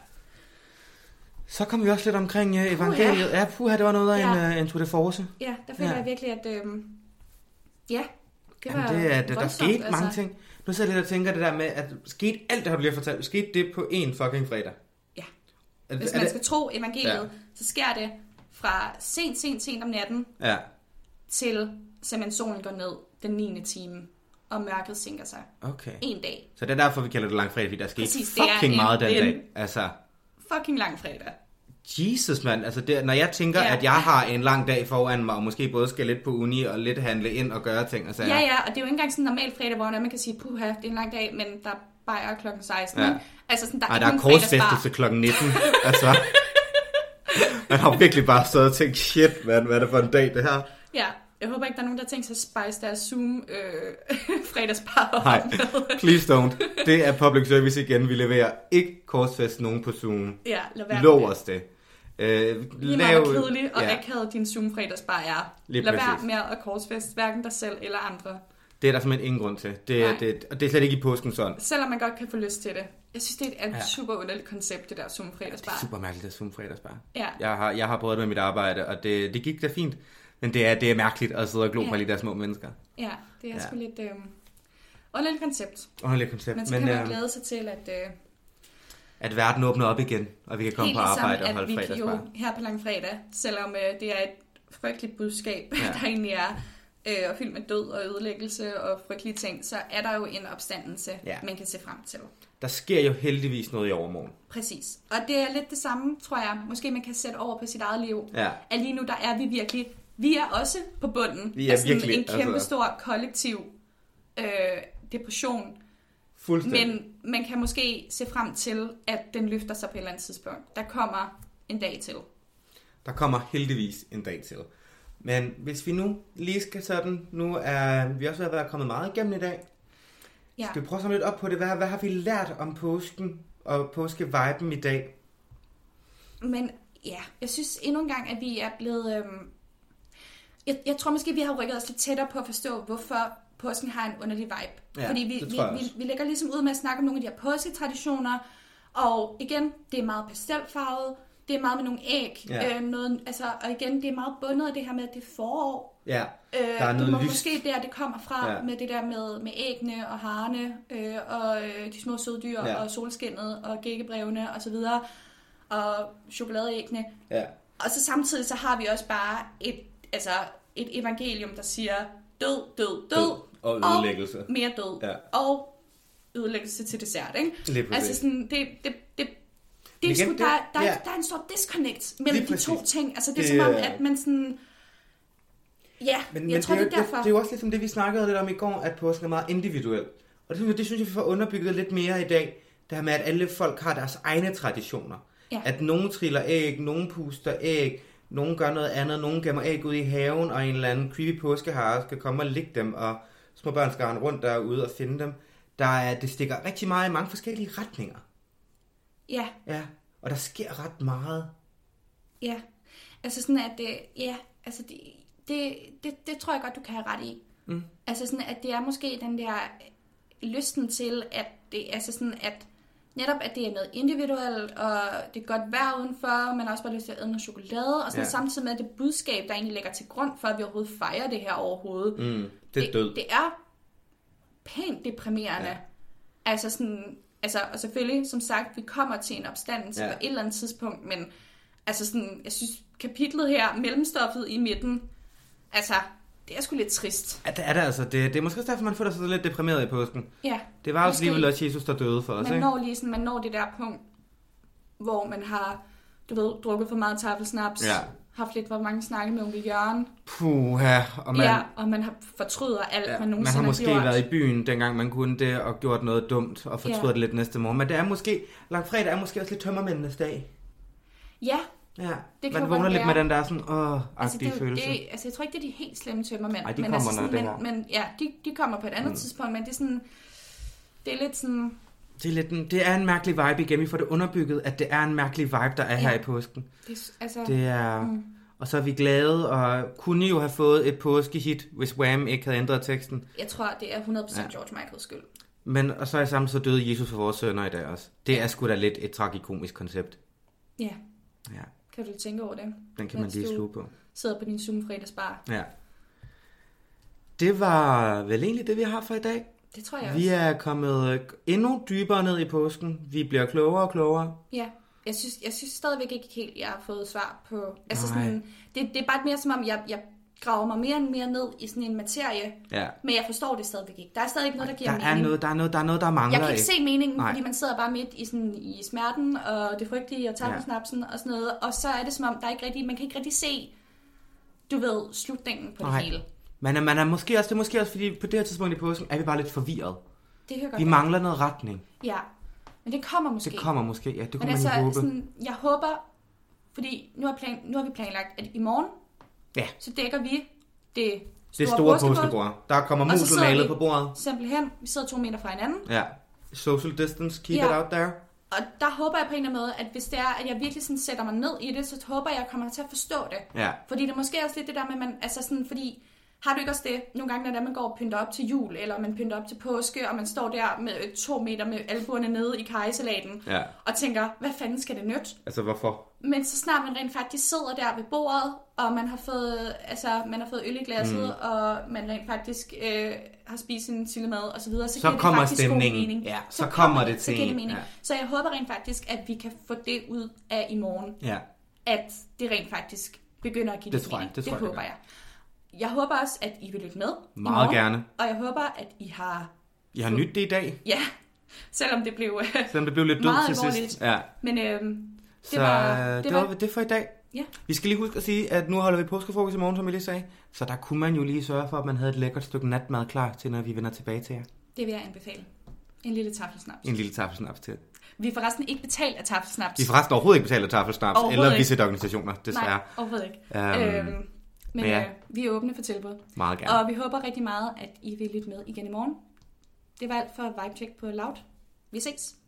Så kom vi også lidt omkring uh, evangeliet. Ja, puha, det var noget af en, Ja. uh, en tour de force. Ja, der føler Ja. ja. jeg virkelig, at... Øhm, ja, det var Jamen, det er, der, der voldsomt, skete mange altså. ting. Nu sidder jeg lidt og tænker det der med, at skete alt det her, du lige har fortalt, skete det på en fucking fredag? Ja. Er, Hvis er man det- skal tro evangeliet, Ja. ja. så sker det fra sent, sent, sent om natten, Ja, til simpelthen solen går ned den 9. time, og mørket sænker sig. okay. En dag. Så det er derfor, vi kalder det langfredag, fordi der skete Præcis, det er fucking en- meget den en- dag. Altså, Fucking lang fredag. Jesus, mand. Altså, det, når jeg tænker, Ja. at jeg har en lang dag foran mig, og måske både skal lidt på uni og lidt handle ind og gøre ting og sager. Ja, ja, og det er jo ikke engang sådan en normal fredag, hvor man kan sige, puha, det er en lang dag, men der er bajer klokken 16. Ja. Ja. Altså sådan, der er, Ej, ikke der er nogen fredagsbar. korsfæstelse kl. 19. altså, man har virkelig bare stået og tænkt, shit, mand, hvad er det for en dag, det her? Ja, jeg håber ikke, der er nogen, der tænker sig at spice deres Zoom øh, fredagsbar. op Nej, med. please don't. Det er public service igen. Vi leverer ikke korsfest nogen på Zoom. ja, lad være Lov med det. os det. Øh, Lige meget hvor kedelig og ja, akavet din Zoom fredagsbar er. Lige lad præcis. være med at korsfest, hverken dig selv eller andre. Det er der simpelthen ingen grund til. Det, Nej. det, og det er slet ikke i påsken sådan. Selvom man godt kan få lyst til det. Jeg synes, det er et Ja. ja. super underligt koncept, det der Zoom Det er fredagsbar. super mærkeligt at Zoom fredagsbar. Ja. Jeg har, jeg har prøvet det med mit arbejde, og det, det gik da fint. Men det er, det er mærkeligt at sidde og glo Ja. på alle de der små mennesker. Ja, det er Ja. ja. sgu lidt øh, underligt koncept. Underligt koncept. Men så Men, kan man øh, glæde sig til, at øh, at verden åbner op igen, og vi kan komme helt på arbejde og ligesom, holde at vi kan fredagsbar. jo her på langfredag, selvom øh, det er et frygteligt budskab, Ja. ja. der egentlig er, øh, og fyldt med død og ødelæggelse og frygtelige ting, så er der jo en opstandelse, Ja. man kan se frem til. Der sker jo heldigvis noget i overmorgen. Præcis. Og det er lidt det samme, tror jeg, måske man kan sætte over på sit eget liv. Ja. At lige nu, der er vi virkelig, vi er også på bunden Vi er af sådan virkelig, en altså. kæmpe stor kollektiv øh, depression. Fuldstændig. Men man kan måske se frem til, at den løfter sig på et eller andet tidspunkt. Der kommer en dag til. Der kommer heldigvis en dag til. Men hvis vi nu lige skal sådan, nu er vi også ved at være kommet meget igennem i dag. Ja. Skal vi prøve sådan lidt op på det? Hvad, hvad har vi lært om påsken og påskeviben i dag? Men ja, jeg synes endnu en gang, at vi er blevet... Øhm, jeg, jeg tror måske, vi har rykket os lidt tættere på at forstå, hvorfor påsken har en underlig vibe. Ja, Fordi vi, det vi, tror jeg vi, også. vi lægger ligesom ud med at snakke om nogle af de her påsketraditioner, og igen, det er meget pastelfarvet, det er meget med nogle æg, Ja. øh, noget, altså, og igen, det er meget bundet af det her med, at det er forår. Ja, Øh, der er det må noget lyst. måske der, det kommer fra Ja. ja. med det der med, med æggene og harerne øh, og øh, de små søde dyr Ja. ja. og solskinnet og gækkebrevene og så videre og chokoladeæggene. Ja, Og så samtidig så har vi også bare et, altså et evangelium, der siger død, død, død. og ødelæggelse. Og mere død. Ja. Og ødelæggelse til dessert, ikke? Lige præcis. Altså sådan, det, det, det, det Men er igen, sgu, det- der, er- der, ja. ja. der er en stor disconnect mellem Lige de to præcis. ting. Altså det er Det som om, er- at man sådan... Ja, men, Men, jeg men men tror, det er, jo- derfor. det er jo også ligesom det, vi snakkede lidt om i går, at påsken er meget individuel. Og det synes jeg, det synes jeg vi får underbygget lidt mere i dag. Det her med, at alle folk har deres egne traditioner. Ja. At nogen triller æg, nogen puster æg, nogen gør noget andet, nogen gemmer æg ud i haven, og en eller anden creepy påskehare skal komme og ligge dem, og små børn skal rende rundt derude og finde dem. Der er, det stikker rigtig meget i mange forskellige retninger. Ja, Ja, og der sker ret meget. ja. Altså sådan, at det, ja, altså det, det, det, det tror jeg godt, du kan have ret i. Mm. Altså sådan, at det er måske den der øh, lysten til, at det altså sådan, at netop, at det er noget individuelt, og det er godt vejr udenfor, og man har også bare lyst til at æde noget chokolade, og sådan Ja. ja. samtidig med at det budskab, der egentlig ligger til grund for, at vi overhovedet fejrer det her overhovedet. Mm. Mm, det er død. Det, det er pænt deprimerende. Ja. Ja. Altså sådan, altså, og selvfølgelig, som sagt, vi kommer til en opstandelse Ja. ja. på et eller andet tidspunkt, men altså sådan, jeg synes, kapitlet her, mellemstoffet i midten, altså, det er sgu lidt trist. Ja, det er det altså. Det, det er måske også derfor, man føler sig sådan lidt deprimeret i påsken. Ja. Det var jo Måske. alligevel også Jesus, der døde for os, Man ikke? når lige sådan, man når det der punkt, hvor man har, du ved, drukket for meget taffelsnaps, Ja. haft lidt for mange snakke med onkel Jørgen, Puha, og man, ja, og man har fortryder alt, ja, man man nogensinde har måske gjort. været i byen, dengang man kunne det, og gjort noget dumt, og fortrudt Ja. det lidt næste morgen. Men det er måske, langfredag er måske også lidt tømmermændenes dag. Ja, Ja, kan jo man godt vågner lidt være. med den der sådan, åh, altså, det, agtige er jo- følelse. det, altså jeg tror ikke, det er de helt slemme tømmermænd. Ej, de men, kommer, altså, sådan, når det men, men ja, de, de kommer på et andet mm. tidspunkt, men det er sådan, det er lidt sådan, Det, er lidt, en- det er en mærkelig vibe igen, vi får det underbygget, at det er en mærkelig vibe, der er her i påsken. det, er s- altså, det. Det er... Mm. Og så er vi glade, og kunne jo have fået et påskehit, hvis Wham ikke havde ændret teksten. jeg tror, det er 100% Ja. ja. George Michaels skyld. Men og så er sammen så døde Jesus for vores sønner i dag også. Det er sgu da lidt et tragikomisk koncept. Ja, Ja, kan du tænke over det? den kan man Mens lige du sluge på. Sidder på din Zoom-fredagsbar. Ja. Det var vel egentlig det, vi har for i dag. Det tror jeg også. Vi er kommet øh, endnu dybere ned i påsken. Vi bliver klogere og klogere. Ja, jeg synes, jeg synes stadigvæk ikke helt, jeg har fået svar på... Altså Nej. sådan, det, det er bare mere som om, jeg, jeg graver mig mere og mere ned i sådan en materie, Ja. men jeg forstår det stadigvæk ikke. Der er stadig ikke noget, der giver Der er, mening. noget, der, er noget, der er noget, der mangler. jeg kan ikke se meningen, Nej. Nej. fordi man sidder bare midt i, sådan, i smerten og det frygtelige og tappesnapsen ja. og sådan noget, og så er det som om, der er ikke rigtig, man kan ikke rigtig se, du ved, slutningen på Nej. det hele. Men er- man er måske også, det er måske også, fordi på det her tidspunkt i påsken er vi bare lidt forvirret. Det kan jeg godt Vi være. mangler noget retning. Ja, men det kommer måske. Det kommer måske, ja, det Men kunne man jo altså, håbe. sådan, jeg håber, fordi nu har, plan, nu har vi planlagt, at i morgen, Ja. så dækker vi det store, Det store påskebord. påskebord. Der kommer Og så musel sidder malet vi- på bordet. Simpelthen, vi sidder to meter fra hinanden, Ja. Social distance, keep Ja. it out there. og der håber jeg på en eller anden måde, at hvis det er, at jeg virkelig sådan sætter mig ned i det, så håber jeg, at jeg kommer til at forstå det. Ja. Fordi det er måske også lidt det der med, at man, altså sådan, fordi har du ikke også det, nogle gange, når det er, man går og pynter op til jul, eller man pynter op til påske, og man står der med øh, to meter med albuerne nede i kajsalaten, Ja. og tænker, hvad fanden skal det nytte? Altså, hvorfor? Men så snart man rent faktisk sidder der ved bordet, og man har fået, altså, man har fået øl i glasset, mm. og man rent faktisk øh, har spist en sillemad og så videre, så, Så giver det kommer faktisk stemningen. god mening. Ja, så kommer det til Så, giver en, det mening. ja. så jeg håber rent faktisk, at vi kan få det ud af i morgen Ja. at det rent faktisk begynder at give Det lidt tror jeg, mening. det tror jeg, det det håber gør. jeg. Jeg håber også, at I vil lytte med i Meget morgen, gerne. Og jeg håber, at I har... Jeg har nyt det i dag, Ja, selvom det blev... øh, selvom det blev lidt dødt Meget til alvorligt. sidst. Ja. Men øhm, Så det var, det, var, var- det for i dag. Ja. Vi skal lige huske at sige, at nu holder vi påskefrokost i morgen, som jeg lige sagde. Så der kunne man jo lige sørge for, at man havde et lækkert stykke natmad klar til, når vi vender tilbage til jer. det vil jeg anbefale. En lille taffelsnaps. En lille taffelsnaps til. Vi er forresten ikke betalt af taffelsnaps. Vi er forresten overhovedet ikke betaler taffelsnaps Overhovedet eller ikke. visse organisationer, desværre. Nej, overhovedet ikke. Øhm, Øhm, men men ja. øh, vi er åbne for tilbud. Meget gerne. Ja. Og vi håber rigtig meget, at I vil lytte med igen i morgen. Det var alt for Vibecheck på Loud. Vi ses.